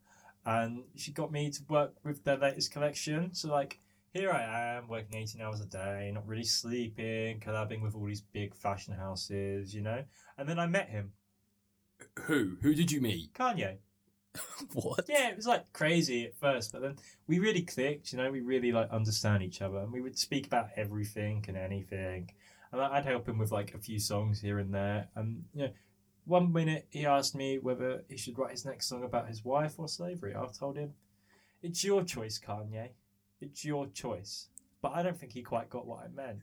S5: and she got me to work with their latest collection. So like here I am working eighteen hours a day, not really sleeping, collabing with all these big fashion houses, you know. And then I met him,
S3: Who who did you meet?
S5: Kanye.
S1: What?
S5: Yeah, it was like crazy at first, but then we really clicked. You know, we really like understand each other, and we would speak about everything and anything. And I- I'd help him with like a few songs here and there. And you know, one minute he asked me whether he should write his next song about his wife or slavery. I told him, "It's your choice, Kanye. It's your choice." But I don't think he quite got what I meant.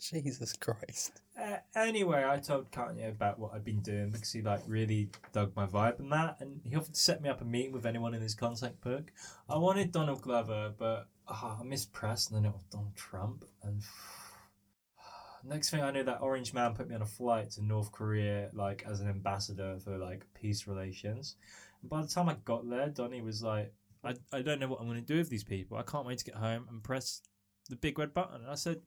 S1: Jesus Christ.
S5: Uh, anyway, I told Kanye about what I'd been doing because he like really dug my vibe and that, and he offered to set me up a meeting with anyone in his contact book. I wanted Donald Glover, but ah, I missed press, and then it was Donald Trump, and next thing I knew, that orange man put me on a flight to North Korea, like as an ambassador for like peace relations. And by the time I got there, Donnie was like, I, I don't know what I'm going to do with these people. I can't wait to get home and press the big red button. And I said,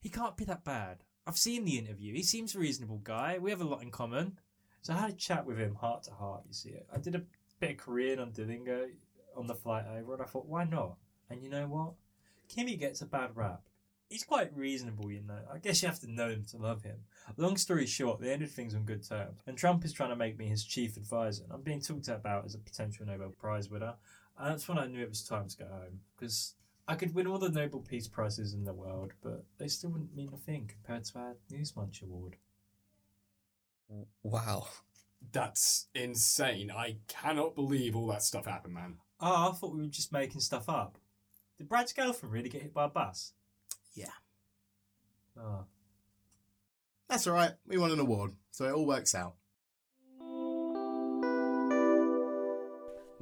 S5: he can't be that bad. I've seen the interview. He seems a reasonable guy. We have a lot in common. So I had a chat with him heart to heart, you see. I did a bit of Korean on Duolingo on the flight over and I thought, why not? And you know what? Kimmy gets a bad rap. He's quite reasonable, you know. I guess you have to know him to love him. Long story short, they ended things on good terms. And Trump is trying to make me his chief advisor. And I'm being talked about as a potential Nobel Prize winner. And that's when I knew it was time to go home. Because I could win all the Nobel Peace Prizes in the world, but they still wouldn't mean a thing compared to our Newsmunch Award.
S1: Wow.
S3: That's insane. I cannot believe all that stuff happened, man.
S5: Ah, I thought we were just making stuff up.
S14: Did Brad's girlfriend really get hit by a bus?
S2: Yeah.
S14: Oh.
S2: That's all right. We won an award, so it all works out.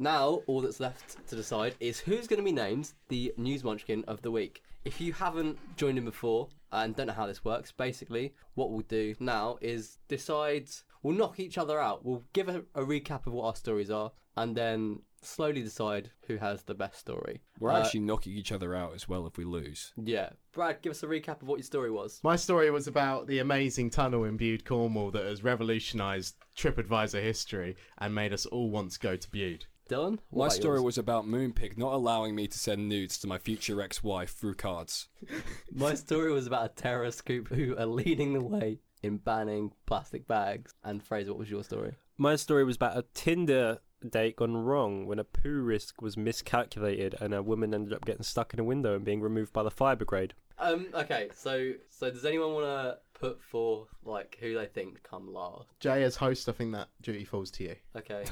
S5: Now, all that's left to decide is who's going to be named the News Munchkin of the Week. If you haven't joined in before and don't know how this works, basically, what we'll do now is decide, we'll knock each other out, we'll give a, a recap of what our stories are, and then slowly decide who has the best story.
S3: We're
S5: Uh,
S3: actually knocking each other out as well if we lose.
S5: Yeah. Brad, give us a recap of what your story was.
S10: My story was about the amazing tunnel in Bude, Cornwall, that has revolutionised TripAdvisor history and made us all want to go to Bude.
S5: Dylan,
S3: My story was about Moonpig not allowing me to send nudes to my future ex-wife through cards.
S5: My story was about a terrorist group who are leading the way in banning plastic bags. And Fraser, what was your story?
S4: My story was about a Tinder date gone wrong when a poo risk was miscalculated and a woman ended up getting stuck in a window and being removed by the fire brigade.
S5: Um. Okay. So, so does anyone want to put forth like who they think come last?
S10: Jay, as host, I think that duty falls to you.
S5: Okay.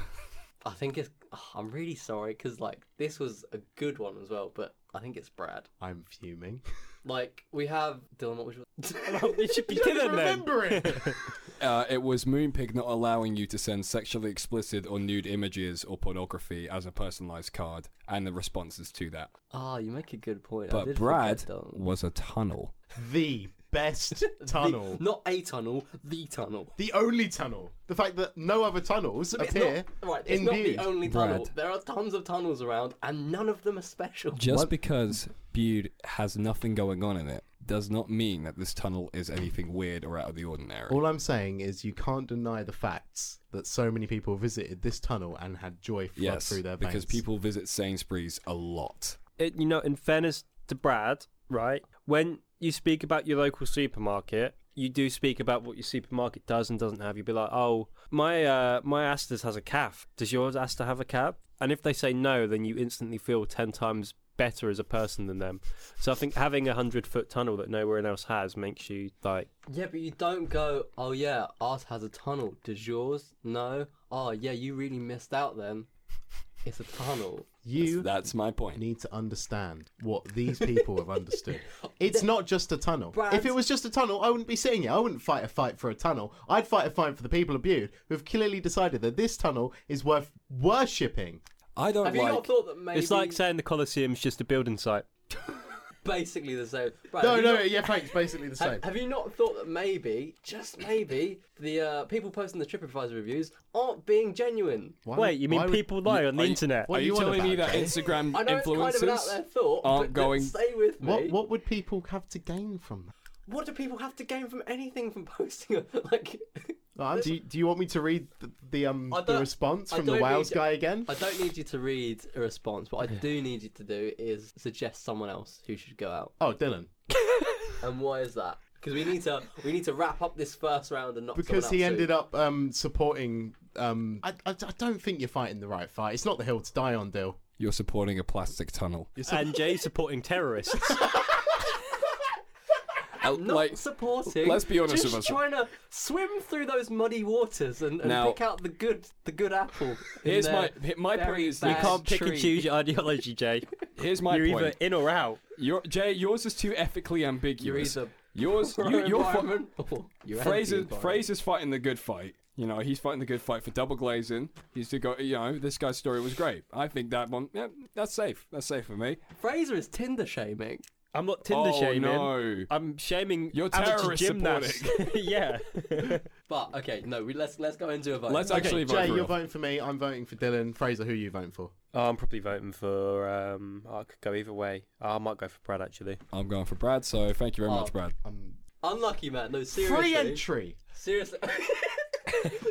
S5: I think it's. ugh, I'm really sorry because like this was a good one as well, but I think it's Brad.
S10: I'm fuming.
S5: Like we have Dylan. What was your?
S4: it should
S10: be Dylan then. Remember it.
S3: Uh, it was Moonpig not allowing you to send sexually explicit or nude images or pornography as a personalized card, and the responses to that.
S5: Ah, you make a good point. I
S3: But
S5: did forget
S3: Brad
S5: Dylan.
S3: was a tunnel.
S10: The best tunnel.
S5: The- not a tunnel, the tunnel.
S10: The only tunnel. The fact that no other tunnels
S5: It's
S10: appear
S5: not, right, it's
S10: in
S5: not
S10: Bude.
S5: the only tunnel.
S3: Brad.
S5: There are tons of tunnels around, and none of them are special.
S3: Just because Bude has nothing going on in it does not mean that this tunnel is anything weird or out of the ordinary.
S10: All I'm saying is you can't deny the facts that so many people visited this tunnel and had joy flood
S3: yes,
S10: through their veins.
S3: because people visit Sainsbury's a lot.
S4: It, you know, in fairness to Brad, right? When you speak about your local supermarket, you do speak about what your supermarket does and doesn't have. You'd be like, oh, my uh, my Asda's has a calf. Does yours Asta have a calf? And if they say no, then you instantly feel ten times better as a person than them. So I think having a hundred foot tunnel that nowhere else has makes you like
S5: Yeah, but you don't go, oh yeah, ours has a tunnel. Does yours? No. Oh yeah, you really missed out then. It's a tunnel.
S10: You
S3: that's my point.
S10: Need to understand what these people have understood. It's not just a tunnel. If it was just a tunnel, I wouldn't be sitting here. I wouldn't fight a fight for a tunnel. I'd fight a fight for the people of Bude who've clearly decided that this tunnel is worth worshipping.
S3: I don't
S5: Have you not like- thought that maybe-
S4: it's like saying the Colosseum's just a building site.
S5: Basically the same. Brad,
S10: No,
S5: have Uh, you
S10: no,
S5: not-
S10: yeah, thanks. Basically the
S5: Have-
S10: same.
S5: Have, you not thought that maybe, just maybe, the uh, people posting the TripAdvisor reviews aren't being genuine?
S4: Why- Wait, you mean why would- people lie on the
S3: are you-
S4: internet?
S3: Are
S4: What
S3: you,
S4: are you on
S3: telling me
S4: about,
S3: that
S4: Jay?
S3: Instagram
S5: I know it's kind of an out there
S3: influencers
S5: thought,
S3: aren't
S5: but
S3: going?
S5: let's stay with me.
S10: What, what would people have to gain from that?
S5: What do people have to gain from anything from posting? a- like,
S10: Uh, do, you, do you want me to read the, the um
S5: I
S10: the
S5: don't-
S10: response
S5: I
S10: from the
S5: don't
S10: Wales
S5: need-
S10: guy again?
S5: I don't need you to read a response. What I do need you to do is suggest someone else who should go out.
S10: Oh, Dylan.
S5: And why is that? Because we need to we need to wrap up this first round and not
S10: Because he ended up um supporting um. I, I, I don't think you're fighting the right fight. It's not the hill to die on, Dill.
S3: You're supporting a plastic tunnel.
S4: And Jay supporting terrorists.
S5: not supporting.
S3: let's be honest
S5: just
S3: with us.
S5: Trying to swim through those muddy waters and, and
S3: Now-
S5: pick out the good the good apple. in
S3: Here's
S5: their
S3: my my
S5: very
S3: point is
S5: bad
S4: pick and
S5: tree.
S4: choose your ideology, Jay.
S3: Here's my
S4: You're
S3: point.
S4: either in or out.
S3: Your Jay, yours is too ethically ambiguous.
S5: either
S3: yours,
S5: pro
S3: you, you're fi-
S5: environment or you're
S3: Fraser,
S5: anti-environment.
S3: Fraser's fighting the good fight. You know, he's fighting the good fight for double glazing. He's to go. You know, this guy's story was great. I think that one. Yeah, that's safe. That's safe for me.
S5: Fraser is Tinder shaming.
S4: I'm not Tinder
S3: Oh,
S4: shaming.
S3: no.
S4: I'm shaming
S3: You're
S4: amateur
S3: terrorist
S4: gymnasts. yeah.
S5: But okay, no, we, let's let's go into a vote.
S3: Let's
S10: Okay,
S3: actually vote
S10: Jay,
S3: for
S10: you're
S3: real.
S10: voting for me. I'm voting for Dylan. Fraser, who are you voting for?
S4: Oh, I'm probably voting for. Um, I could go either way. Oh, I might go for Brad actually.
S3: I'm going for Brad. So thank you very
S5: Oh.
S3: much, Brad.
S5: Unlucky man. No, seriously.
S10: Free entry.
S5: Seriously.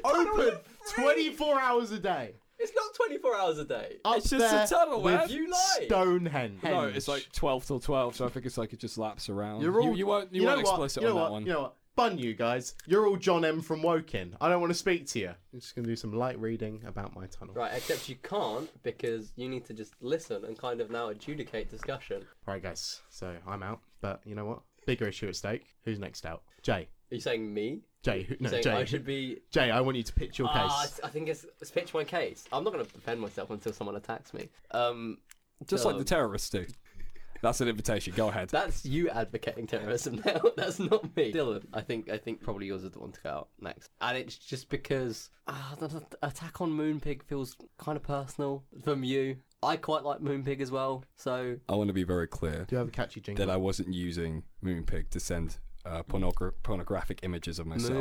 S3: Oh!
S10: Open 24 hours a day.
S5: it's not 24 hours a day.
S10: Up
S3: It's just a
S10: there
S3: tunnel,
S10: with
S3: man.
S5: You lie.
S10: Stonehenge.
S3: No, it's like twelve till twelve. So I think it's like it just laps around.
S10: You're all.
S3: you, you weren't you,
S10: know
S3: weren't
S10: what?
S3: explicit
S10: you know
S3: on
S10: what?
S3: that one.
S10: You know what? Bun you guys. You're all John M from Woking. I don't want to speak to you. I'm just gonna do some light reading about my tunnel.
S5: Right, except you can't because you need to just listen and kind of now adjudicate discussion.
S10: Right, guys. So I'm out. But you know what? Bigger issue at stake. Who's next out? Jay.
S5: Are you saying me?
S10: Jay. Who, no,
S5: Saying
S10: Jay.
S5: I
S10: who-
S5: should be-
S10: Jay, I want you to pitch your
S5: Ah,
S10: case.
S5: it's- I think it's, it's pitch my case. I'm not going to defend myself until someone attacks me. Um,
S3: Just like
S5: um,
S3: the terrorists do. That's an invitation. Go ahead.
S1: That's you advocating terrorism now. That's not me. Dylan, I think I think probably yours is the one to go out next. And it's just because ah, the, the the attack on Moonpig feels kind of personal from you. I quite like Moonpig as well, so
S3: I want to be very clear.
S10: Do you have a catchy jingle?
S3: That I wasn't using Moonpig to send uh, pornogra- pornographic images of myself.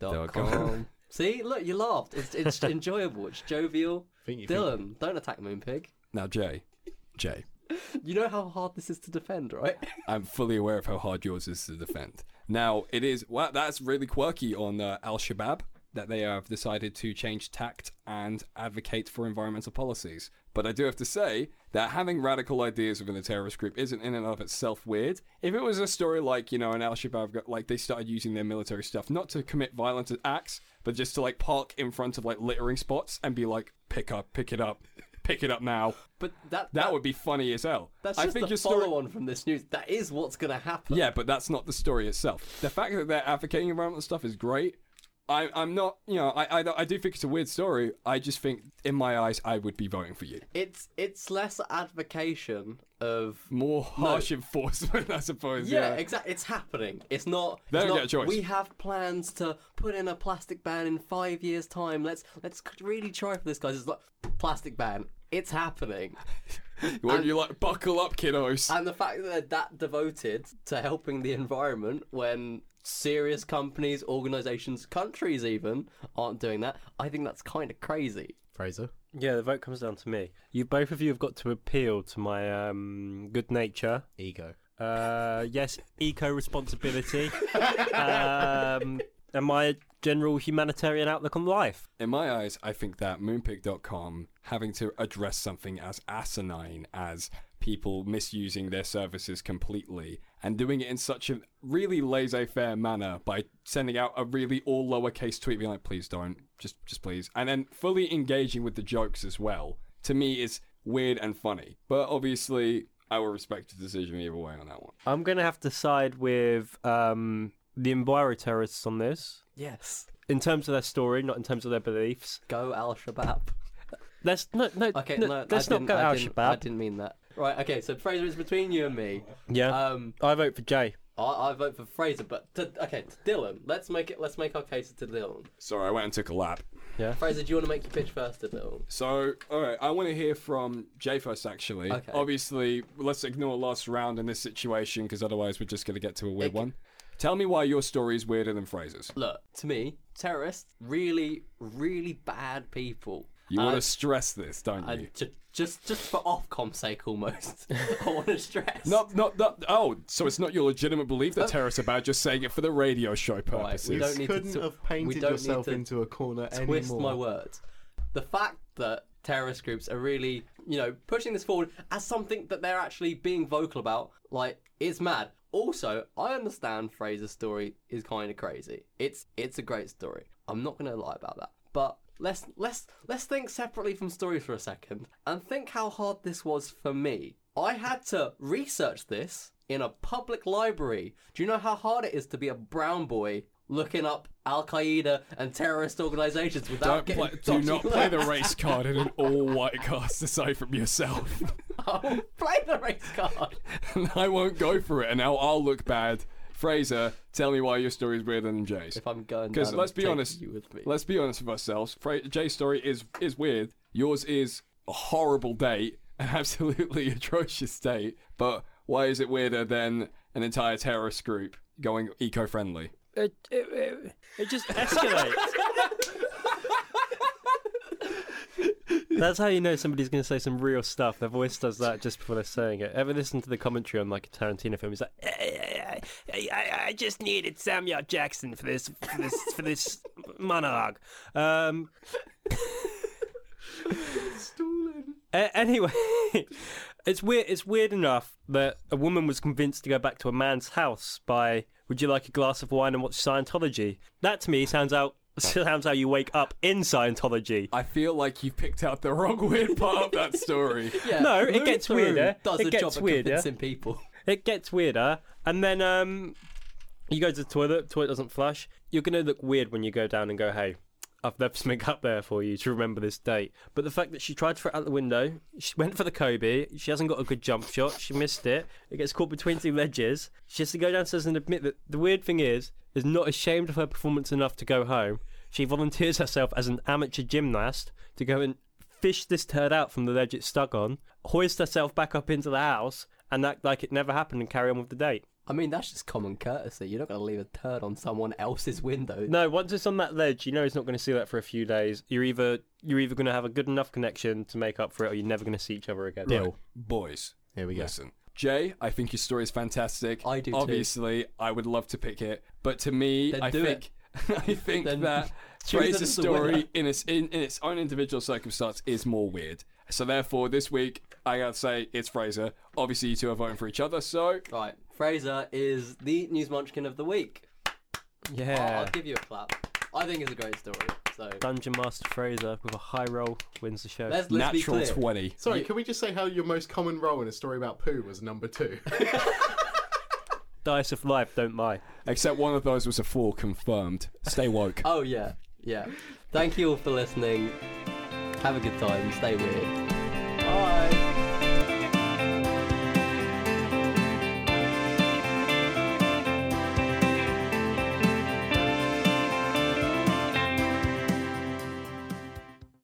S1: moonpig.com. See, look, you laughed. It's it's enjoyable. It's jovial.
S3: Think you
S1: Dylan, don't attack Moonpig.
S3: Now, Jay, Jay,
S1: You know how hard this is to defend, right?
S3: I'm fully aware of how hard yours is to defend. Now, it is wow, that's really quirky on uh, Al Shabaab that they have decided to change tact and advocate for environmental policies. But I do have to say that having radical ideas within a terrorist group isn't in and of itself weird. If it was a story like, you know, an Al Shabaab, got- like they started using their military stuff not to commit violent acts, but just to like park in front of like littering spots and be like, pick up, pick it up, pick it up now.
S1: But that
S3: that would be funny as hell.
S1: That's
S3: I
S1: just
S3: think
S1: the
S3: your story
S1: follow-on from this news. That is what's going to happen.
S3: yeah, but that's not the story itself. The fact that they're advocating environmental stuff is great. I, I'm not, you know, I, I, I do think it's a weird story. I just think, in my eyes, I would be voting for you.
S1: It's it's less advocation of
S3: more Harsh enforcement, I suppose.
S1: Yeah,
S3: Yeah,
S1: exactly. It's happening. It's not.
S3: They
S1: it's
S3: don't
S1: not,
S3: get a choice.
S1: We have plans to put in a plastic ban in five years' time. Let's let's really try for this, guys. It's like plastic ban. It's happening.
S3: Won't you like buckle up, kiddos?
S1: And the fact that they're that devoted to helping the environment when serious companies, organisations, countries even aren't doing that, I think that's kind of crazy.
S10: Fraser.
S4: Yeah, the vote comes down to me. You both of you have got to appeal to my um, good nature,
S10: ego.
S4: Uh, yes, eco responsibility, um, and my general humanitarian outlook on life.
S3: In my eyes, I think that moonpig.com having to address something as asinine as people misusing their services completely and doing it in such a really laissez faire manner by sending out a really all lowercase tweet being like, please don't, just just please. And then fully engaging with the jokes as well, to me is weird and funny. But obviously I will respect the decision either way on that one.
S4: I'm going to have to side with um, the Enviro terrorists on this.
S1: Yes.
S4: In terms of their story, not in terms of their beliefs.
S1: Go Al Shabaab.
S4: Let's no no.
S1: Okay,
S4: no,
S1: no, I
S4: let's not
S1: didn't-
S4: go
S1: I
S4: Al
S1: didn't- I
S4: Shabaab.
S1: didn't mean that. Right, okay, so Fraser, it's between you and me.
S4: Yeah.
S1: Um,
S4: I vote for Jay.
S1: I, I vote for Fraser, but to, okay, to Dylan, let's make it. Let's make our case to Dylan.
S3: Sorry, I went and took a lap.
S4: Yeah.
S1: Fraser, do you want to make your pitch first to Dylan?
S3: So, all right, I want to hear from Jay first, actually.
S1: Okay.
S3: Obviously, let's ignore last round in this situation because otherwise we're just going to get to a weird one. Tell me why your story is weirder than Fraser's.
S1: Look, to me, terrorists, really, really bad people.
S3: You
S1: And
S3: want
S1: I-
S3: to stress this, don't
S1: Uh, I
S3: you?
S1: ju- just, just for Ofcom's sake, almost. I want to stress.
S3: Not, not, not. Oh, so it's not your legitimate belief that terrorists are bad. Just saying it for the radio show purposes.
S1: Oh. we don't need to
S10: couldn't
S1: tw-
S10: have
S1: we
S10: painted
S1: don't need
S10: yourself
S1: to
S10: into a corner
S1: twist
S10: anymore.
S1: my words. The fact that terrorist groups are really, you know, pushing this forward as something that they're actually being vocal about, like, is mad. Also, I understand Fraser's story is kind of crazy. It's it's a great story. I'm not gonna lie about that. But let's let's let's think separately from stories for a second and think how hard this was for me. I had to research this in a public library. Do you know how hard it is to be a brown boy looking up Al Qaeda and terrorist organizations without
S3: Don't
S1: getting
S3: play, do
S1: dodgy
S3: not play the
S1: looks?
S3: race card in an all-white cast aside from yourself.
S1: I'll play the race card.
S3: and I won't go for it, and now I'll look bad. Fraser, tell me why your story is weirder than Jay's. If
S1: I'm going,
S3: because
S1: down,
S3: let's
S1: I'm
S3: be
S1: taking
S3: honest,
S1: you with me.
S3: let's be honest with ourselves. Fra- Jay's story is is weird. Yours is a horrible date, an absolutely atrocious date. But why is it weirder than an entire terrorist group going eco-friendly?
S4: It, it, it, it just escalates. That's how you know somebody's going to say some real stuff. Their voice does that just before they're saying it. Ever listen to the commentary on like a Tarantino film? It's like, I, I, I, I just needed Samuel Jackson for this for this for this monologue. Um, A- anyway, it's weird. It's weird enough that a woman was convinced to go back to a man's house by "Would you like a glass of wine and watch Scientology?" That to me sounds out sounds how you wake up in Scientology.
S3: I feel like you picked out the wrong weird part of that story.
S4: no, it gets weirder.
S1: Does
S4: it
S1: a
S4: gets
S1: job of
S4: weirder.
S1: convincing people.
S4: It gets weirder, and then um, you go to the toilet. Toilet doesn't flush. You're gonna look weird when you go down and go, "Hey, I've left something up there for you to remember this date. But the fact that she tried to throw it out the window, she went for the Kobe, she hasn't got a good jump shot, she missed it, it gets caught between two ledges. She has to go downstairs and admit that the weird thing is, is not ashamed of her performance enough to go home. She volunteers herself as an amateur gymnast to go and fish this turd out from the ledge it's stuck on, hoist herself back up into the house, and act like it never happened and carry on with the date.
S5: I mean, that's just common courtesy. You're not going to leave a turd on someone else's window.
S4: No, once it's on that ledge, you know it's not going to see that for a few days. You're either you're either going to have a good enough connection to make up for it, or you're never going to see each other again.
S3: Deal. Boys.
S2: Here we go.
S3: Listen. Jay, I think your story is fantastic. I
S5: do too.
S3: Obviously, I would love to pick it, but to me,
S5: Then
S3: I
S5: do
S3: think
S5: it.
S3: I think
S5: Then
S3: that
S5: choose it
S3: Fraser's
S5: as the winner.
S3: story in its in, in its own individual circumstance is more weird. So therefore, this week I gotta say it's Fraser. Obviously, you two are voting for each other. So
S5: right, Fraser is the news munchkin of the week.
S4: Yeah.
S5: I'll give you a clap. I think it's a great story. So
S4: Dungeon Master Fraser with a high roll wins the show.
S5: Let's- let's be Natural clear. 20.
S2: Sorry, can we just say how your most common role in a story about poo was number two?
S4: Dice of life, don't lie.
S3: Except one of those was a four, confirmed. Stay woke.
S5: Oh yeah, yeah. Thank you all for listening. Have a good time. Stay weird. Bye.